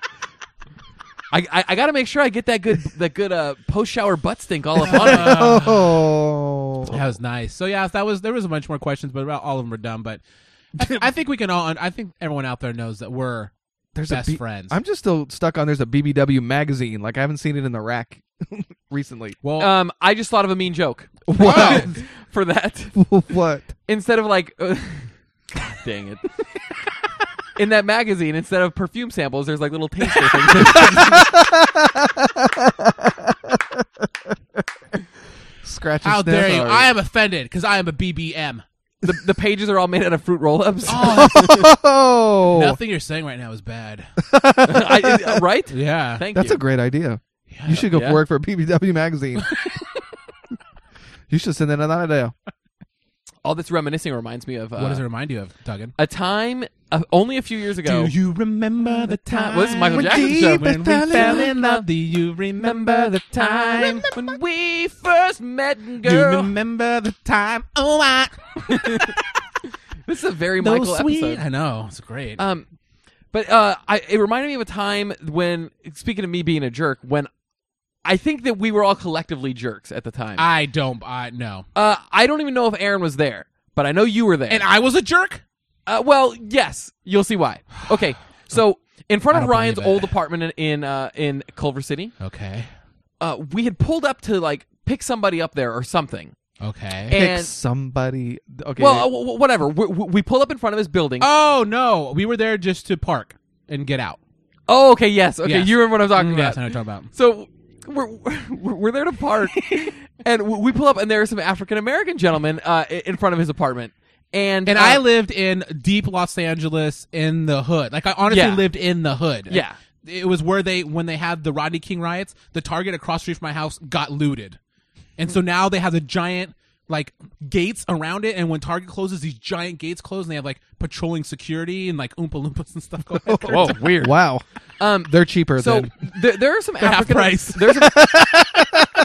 I, I got to make sure I get that good that good uh, post shower butt stink all up on me.
(laughs) oh,
That was nice. So yeah, that was there was a bunch more questions, but about all of them were dumb. But I, th- I think we can all. I think everyone out there knows that we're
there's
best
a B-
friends.
I'm just still stuck on. There's a BBW magazine. Like I haven't seen it in the rack (laughs) recently.
(laughs) well.
Um, I just thought of a mean joke
What?
(laughs) for that.
what?
Instead of like, (laughs) dang it. In that magazine, instead of perfume samples, there's like little taster things.
Scratch. and
how
sniff?
dare you?
Sorry. (laughs)
I am offended because I am a BBM.
the, the pages are all made out of fruit roll-ups,
Oh,
(laughs) Oh. Nothing you're saying right now is bad.
(laughs) I- uh, right?
(laughs) Yeah.
Thank
that's
you.
a great idea. You should go
Yeah.
work for PBW magazine. you should send that another day.
All this reminiscing reminds me of uh,
what does it remind you of, Duggan?
a time uh, only a few years ago.
Do you remember the time?
Well, this is Michael
when
Jackson
we
show.
When we fell in love, do you remember the time?
when we first met,
Do you
girl?
remember the time? Oh, I
this is a very
those
Michael
sweet.
episode.
I know it's great.
Um, but uh, I it reminded me of a time when speaking of me being a jerk when. I think that we were all collectively jerks at the time. I,
I don't. I no.
uh, I don't even know if Aaron was there, but I know you were there.
And I was a jerk.
Uh, well, yes, you'll see why.
(sighs)
Okay, so in
I
front of
don't believe
Ryan's
it.
old apartment in in, uh, in Culver City,
Okay.
uh, we had pulled up to like pick somebody up there or something.
Okay.
Pick
And
somebody. Okay.
well, uh, w- w- whatever. We, we we pull up in front of his building.
Oh no, we were there just to park and get out.
oh, okay, yes, okay,
Yes. Mm,
you remember what I'm talking
Yes, I know what
about.
you're talking about.
So we're we're we're there
(laughs)
to park, and w- we pull up, and there are some African American gentlemen uh, i- in front of his apartment, and
And
uh,
I lived in deep Los Angeles in the hood. Like I honestly
Yeah.
lived in the hood.
Yeah.
It was where they when they had the Rodney King riots, the Target across the street from my house got looted. And so now they have the giant like gates around it and when Target closes these giant gates close and they have like patrolling security and like Oompa Loompas and stuff going on. (laughs)
(laughs) whoa weird.
wow.
Um,
They're cheaper
so
than.
there, there are some
half
African
price. (laughs)
There's some,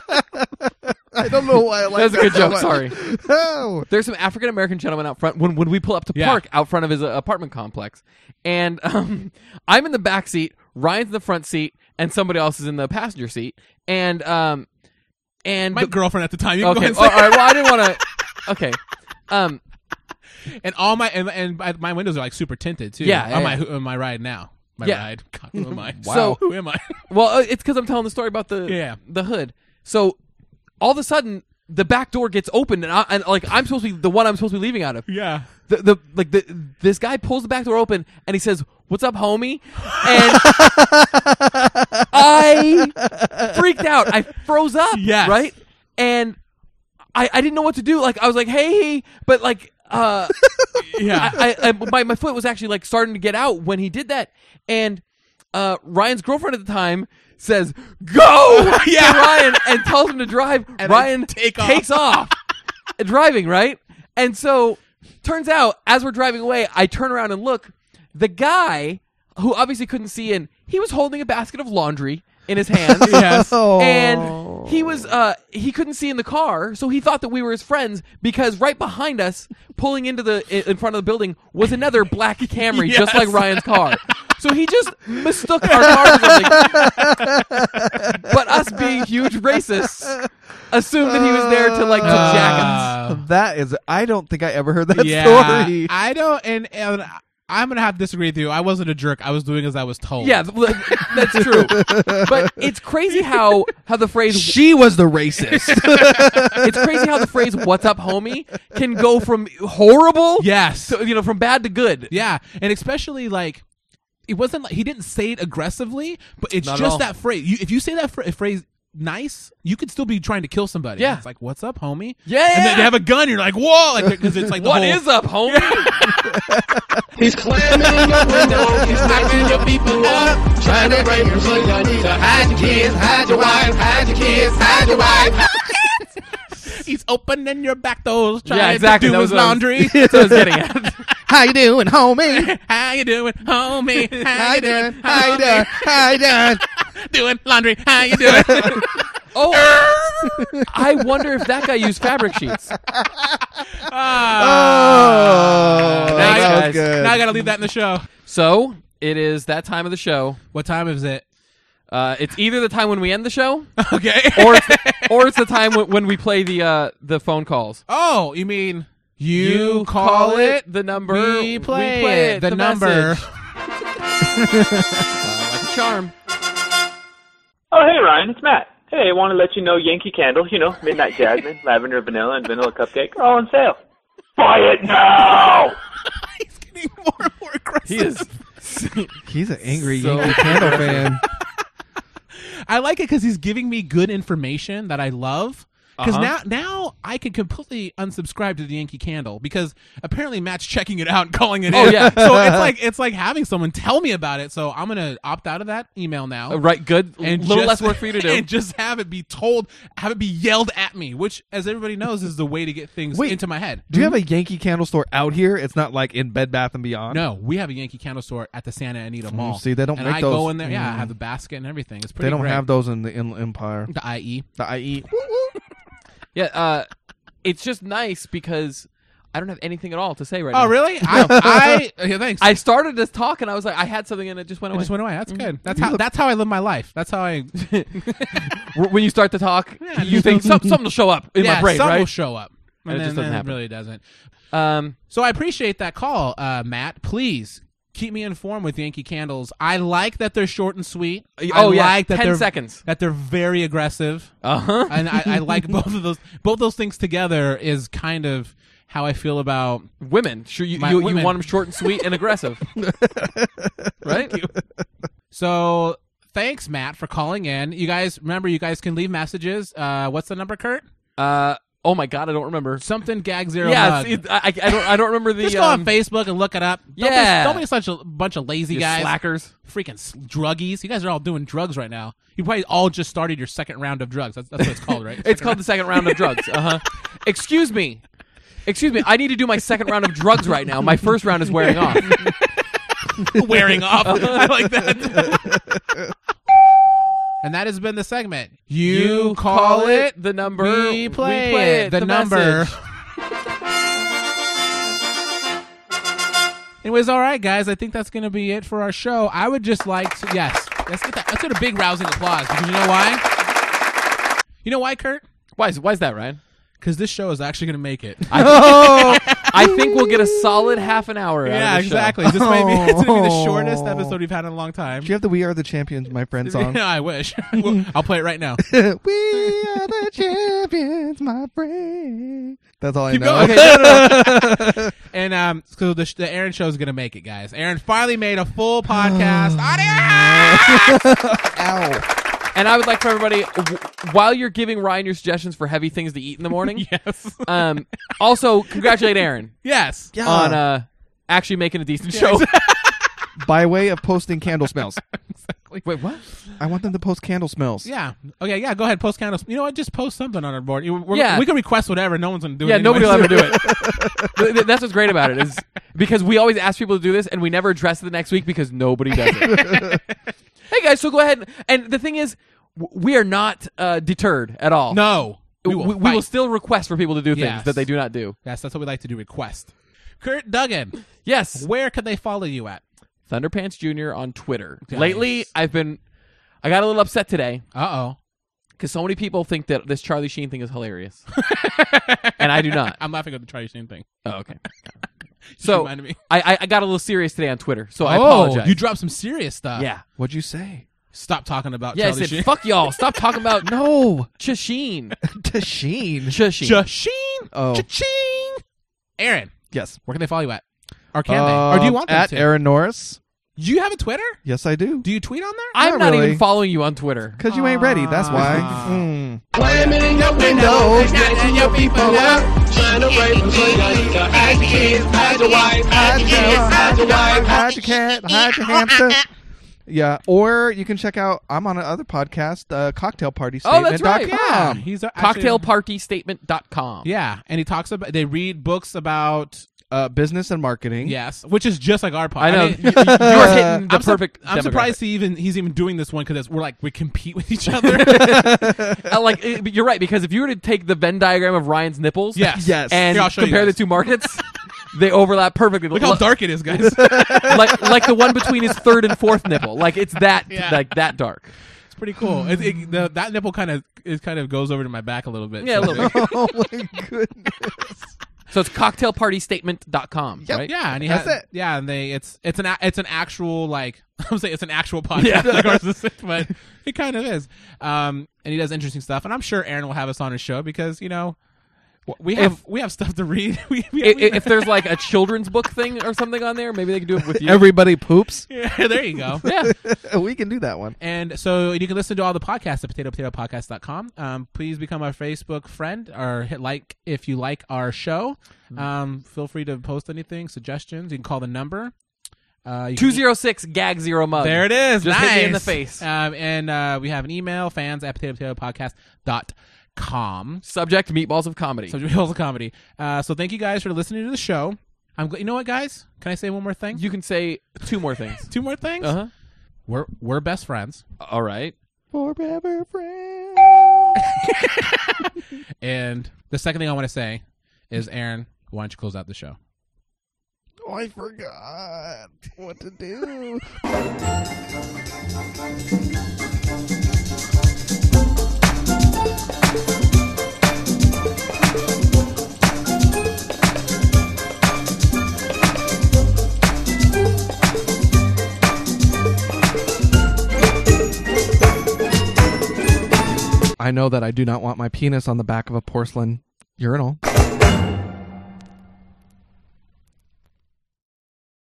I don't know why I like
that's a good
that
joke.
so (laughs)
Sorry.
much. Oh.
there's some African American gentleman out front when when we pull up to
Yeah.
park out front of his uh, apartment complex, and (laughs) um, I'm in the back seat, Ryan's in the front seat, and somebody else is in the passenger seat, and um, and
My
the-
girlfriend at the time. You can go
okay, Oh,
ahead and,
all
say-
right, well I
(laughs)
didn't want to, okay, um,
and all my and, and my- my windows are like super tinted too.
Yeah, yeah,
On my
yeah.
who am I ride now? My
Yeah.
ride. God, who am I?
(laughs) Wow.
(laughs) who am I?
well uh, it's because I'm telling the story about the
Yeah.
the hood, so all of a sudden the back door gets opened and, I, and like I'm supposed to be the one I'm supposed to be leaving out of,
yeah.
the, the like the this guy pulls the back door open and he says, "What's up, homie?" And I freaked out. I froze up.
Yes.
Right. And I I didn't know what to do. Like I was like, "Hey," but like uh,
Yeah.
I, I, I my my foot was actually like starting to get out when he did that, and uh, Ryan's girlfriend at the time says, "Go, (laughs) yeah, Ryan," and tells him to drive. Ryan
take off.
takes off, driving right, and so turns out as we're driving away, I turn around and look, the guy who obviously couldn't see in, he was holding a basket of laundry in his hands.
yes.
Oh.
And he was uh he couldn't see in the car, so he thought that we were his friends because right behind us, pulling into the i- in front of the building was another black Camry just like Ryan's car. So he just mistook our car for something. but us being huge racists assumed that he was there to like to jack us.
Uh,
that is. I don't think I ever
(laughs)
heard that
yeah,
story.
I don't, and, and I'm gonna have to disagree with you. I wasn't a jerk. I was doing as I was told.
Yeah, th- like, that's true. But it's crazy how how the phrase
she was the racist.
it's crazy how the phrase "What's up, homie" can go from horrible,
(laughs)
(laughs)
Yes.
to, you know, from bad to good.
yeah, and especially like. It wasn't like he didn't say it aggressively, but it's
Not at all.
just that phrase. You, if you say that phr- phrase nice, you could still be trying to kill somebody.
Yeah.
It's like, what's up, homie?
Yeah,
And
yeah.
then they have a gun, you're like, whoa! Like, because it's like, the
What
whole-
is up, homie?
He's climbing the window, he's knocking your people up, trying to break your so you need to hide your kids, hide your wife, hide your kids, hide your wife.
He's opening your back doors, trying
exactly.
to
That
do
was
his
what I was-
laundry.
(laughs) That's what I was getting at.
How you doing, homie?
How you doing, homie?
How you doing? How you doing? How you doing?
Doing laundry. How you doing?
(laughs) Oh, I wonder if that guy used fabric sheets.
Oh,
Thanks,
that was
guys.
good.
now I Ah. gotta leave that in the show.
So it is that time of the show.
What time is it? (laughs)
Uh, it's either the time when we end the show,
Okay.
or (laughs) it's the, or it's the time when, when we play the uh, the phone calls.
(laughs) oh, you mean you, call, it?
the number.
we play, it, The, number.
message. Uh, like a charm.
(laughs) Oh, hey, Ryan, it's Matt. Hey, I want to let you know Yankee Candle, you know, Midnight Jasmine, Lavender Vanilla, and Vanilla Cupcake are all on sale. Buy it now!
(laughs) He's getting more and more aggressive.
He (laughs) is
He's an angry
So-
Yankee Candle fan.
I like it because he's giving me good information that I love. Because
Uh-huh.
now, now I could completely unsubscribe to the Yankee Candle because apparently Matt's checking it out and calling it
Oh,
in.
yeah.
(laughs) so it's
(laughs)
like it's like having someone tell me about it. So I'm gonna opt out of that email now.
Uh, Right, good.
and
And little
just-
less work
(laughs)
for (laughs) you to do.
and just have it be told, have it be yelled at me, which, as everybody knows, is the way to get things
Wait.
into my head.
Do you have a Yankee Candle store out here? It's not like in Bed Bath and Beyond.
No, we have a Yankee Candle store at the Santa
Mm,
Anita Mall.
see, they don't
and
make
I go
those-
in there. Yeah, I
Mm.
have the basket and everything. It's pretty.
they don't
great.
have those in the Inland Empire.
the IE.
The E. IE.
yeah, uh, it's just nice because I don't have anything at all to say right
Oh,
now. (laughs)
really? I, I yeah, thanks.
I started this talk and I was like, I had something and it just went
I
away.
just went away. That's good. That's how. That's how I live my life. That's
(laughs)
how I.
W- when you start to talk,
Yeah,
you
just
think
don't-
some, something will show up in
yeah,
my brain,
some will
right?
show up,
And it
and, then,
just doesn't
then
happen.
it really doesn't.
um,
So I appreciate that call, uh, Matt. Please keep me informed with Yankee Candles. I like that they're short and sweet. I
oh yeah,
like that
ten
they're
seconds.
that they're very aggressive,
Uh huh.
(laughs) and I,
(laughs)
I like both of those. Both those things together is kind of how I feel about.
Women, sure you
My
you, you
women.
want them short and sweet and (laughs) aggressive, right?
So thanks, Matt, for calling in. You guys remember, you guys can leave messages. Uh, what's the number, Kurt?
Uh, oh my god, I don't remember.
Something gag zero.
Yeah,
mug.
it's, it, I, I don't I don't remember the
Just go
um,
on Facebook and look it up. Don't
Yeah.
be, don't be such a bunch of lazy
you
guys,
slackers.
freaking s- druggies. You guys are all doing drugs right now. You probably all just started your second round of drugs. That's, that's what it's called, right?
It's called the second round of drugs.
(laughs)
Uh huh. Excuse me. Excuse me. I need to do my second round of drugs right now. My first round is wearing off.
wearing off. (laughs) I like that. and that has been the segment. You, call, it.
the number.
we, play it. The, number.
message.
(laughs) Anyways, all right, guys. I think that's going to be it for our show. I would just like to yes, let's get that. Let's get a big rousing applause because you know why? You know why, Kurt?
Why is why is that, Ryan?
Because this show is actually going to make it.
I think we'll get a solid half an hour. out of
yeah,
this show.
exactly. This may be (laughs) it's going to be the
Oh.
shortest episode we've had in a long time.
Do you have the We Are the Champions, my friend song?
(laughs) Yeah, I wish. Well, I'll play it right now.
(laughs) we are the champions, my friend. That's all I know.
Okay, no, no, no. and um, so the, the Aaron show is gonna make it, guys. Aaron finally made a full podcast. on air!
Ow.
And I would like for everybody, w- while you're giving Ryan your suggestions for heavy things to eat in
(laughs)
the morning,
yes,
um, also
(laughs)
congratulate Aaron
yes.
Yeah.
on uh, actually making a decent show.
By way of posting candle smells.
Wait, what?
I want them to post candle smells.
Yeah. Okay. Yeah. Go ahead. Post candles. You know what? Just post something on our board. You- we're-
Yeah.
We can request whatever. No one's gonna do it.
Yeah, nobody will
anyway.
ever do it. Th- th- That's what's great about it is because we always ask people to do this and we never address it the next week because nobody does it.
(laughs)
hey guys, so go ahead and, and the thing is, w- we are not uh, deterred at
(laughs)
all.
No.
we,
We
we
will.
will,
fight.
still request for people to do things
Yes.
that they do not do.
Yes, that's what we like to do. Request. Kurt Duggan,
Yes,
where can they follow you at?
Thunderpants Junior on Twitter.
Nice.
Lately, I've been, I got a little upset today
Uh oh.
because so many people think that this Charlie Sheen thing
(laughs)
is hilarious, and I do not.
I'm laughing at the Charlie Sheen thing.
Oh, okay. Uh, So I,
reminded me.
I, I got a little serious today on Twitter, so I
oh,
apologize.
you dropped some serious stuff.
yeah.
What'd you say?
Stop talking about
Yeah,
Charlie
I said,
Sheen.
fuck y'all. Stop
(laughs)
talking about
No.
Chasheen.
Tasheen.
Chasheen.
Sheen.
Oh.
Cha-ching. Aaron,
Yes.
where can they follow you at? Or can they? Or do you
Um,
want them
at
to?
Aaron Norris?
Do you have a Twitter?
Yes, I do.
Do you tweet on there?
I'm
Not
not,
really.
even following you on Twitter.
Because you ain't ready. That's why.
Ah.
Mm.
Slam it in your window, snatching your people up. Trying to break from Soyanita. Hide your kids, hide your wife, hide your kids, hide your wife.
Hide your cat. Hide your hamster. Yeah, or you can check out. I'm on another podcast, uh, Cocktail Party
Oh, that's right,
Statement.com.
He's a,
Cocktailpartystatement.com.
Yeah, and he talks about they read books about
uh, business and marketing.
yes, which is just like our podcast.
I know.
mean,
(laughs) you, are hitting the
I'm, sur-
perfect.
I'm
demographic.
surprised he even he's even doing this one because we're like we compete with
(laughs)
each other.
Uh, like, it- but you're right, because if you were to take the Venn diagram of Ryan's nipples
yes,
Yes.
(laughs) and
Here, I'll show you
compare the
guys.
two markets, they overlap perfectly.
Look how
Li-
dark it is,
(laughs)
guys.
like, like the one between his third and fourth nipple. Like, it's that,
(laughs) Yeah.
like, that dark.
it's pretty cool. It, it, the, that nipple kind of it kind of goes over to my back a little bit.
Yeah, a little bit.
(laughs) oh my goodness.
So it's cocktailpartystatement.com, right?
Yeah, and he
That's
has
it.
Yeah, and they it's it's an a- it's an actual like (laughs) I'm saying it's an actual podcast like ours is, but (laughs) it kind of is. Um, and he does interesting stuff, and I'm sure Aaron will have us on his show because you know We have we have stuff to read. (laughs) We, we
I- i-
have,
if there's like a children's book thing or something on there, maybe they can do it with you.
Everybody poops.
yeah, there you go.
yeah,
(laughs) we can do that one.
And so you can listen to all the podcasts at potatopotatopodcast.com. Um, please become our Facebook friend or hit like if you like our show. Um, feel free to post anything, suggestions. You can call the number. Uh, you
two
can-
zero six gag zero mug.
There it is.
Just
nice.
hit me in the face.
Um, and uh, we have an email, fans at potatopotatopodcast.com.
Subject: Meatballs of Comedy.
So (laughs) Hills of Comedy. Uh, so thank you guys for listening to the show. I'm gl- you know what, guys? Can I say one more thing?
you can say two more things.
Two more things?
Uh huh.
We're, we're best friends.
All right.
Forever friend.
And the second thing I want to say is, Aaron, why don't you close out the show?
Oh, I forgot what to do. I know that I do not want my penis on the back of a porcelain urinal.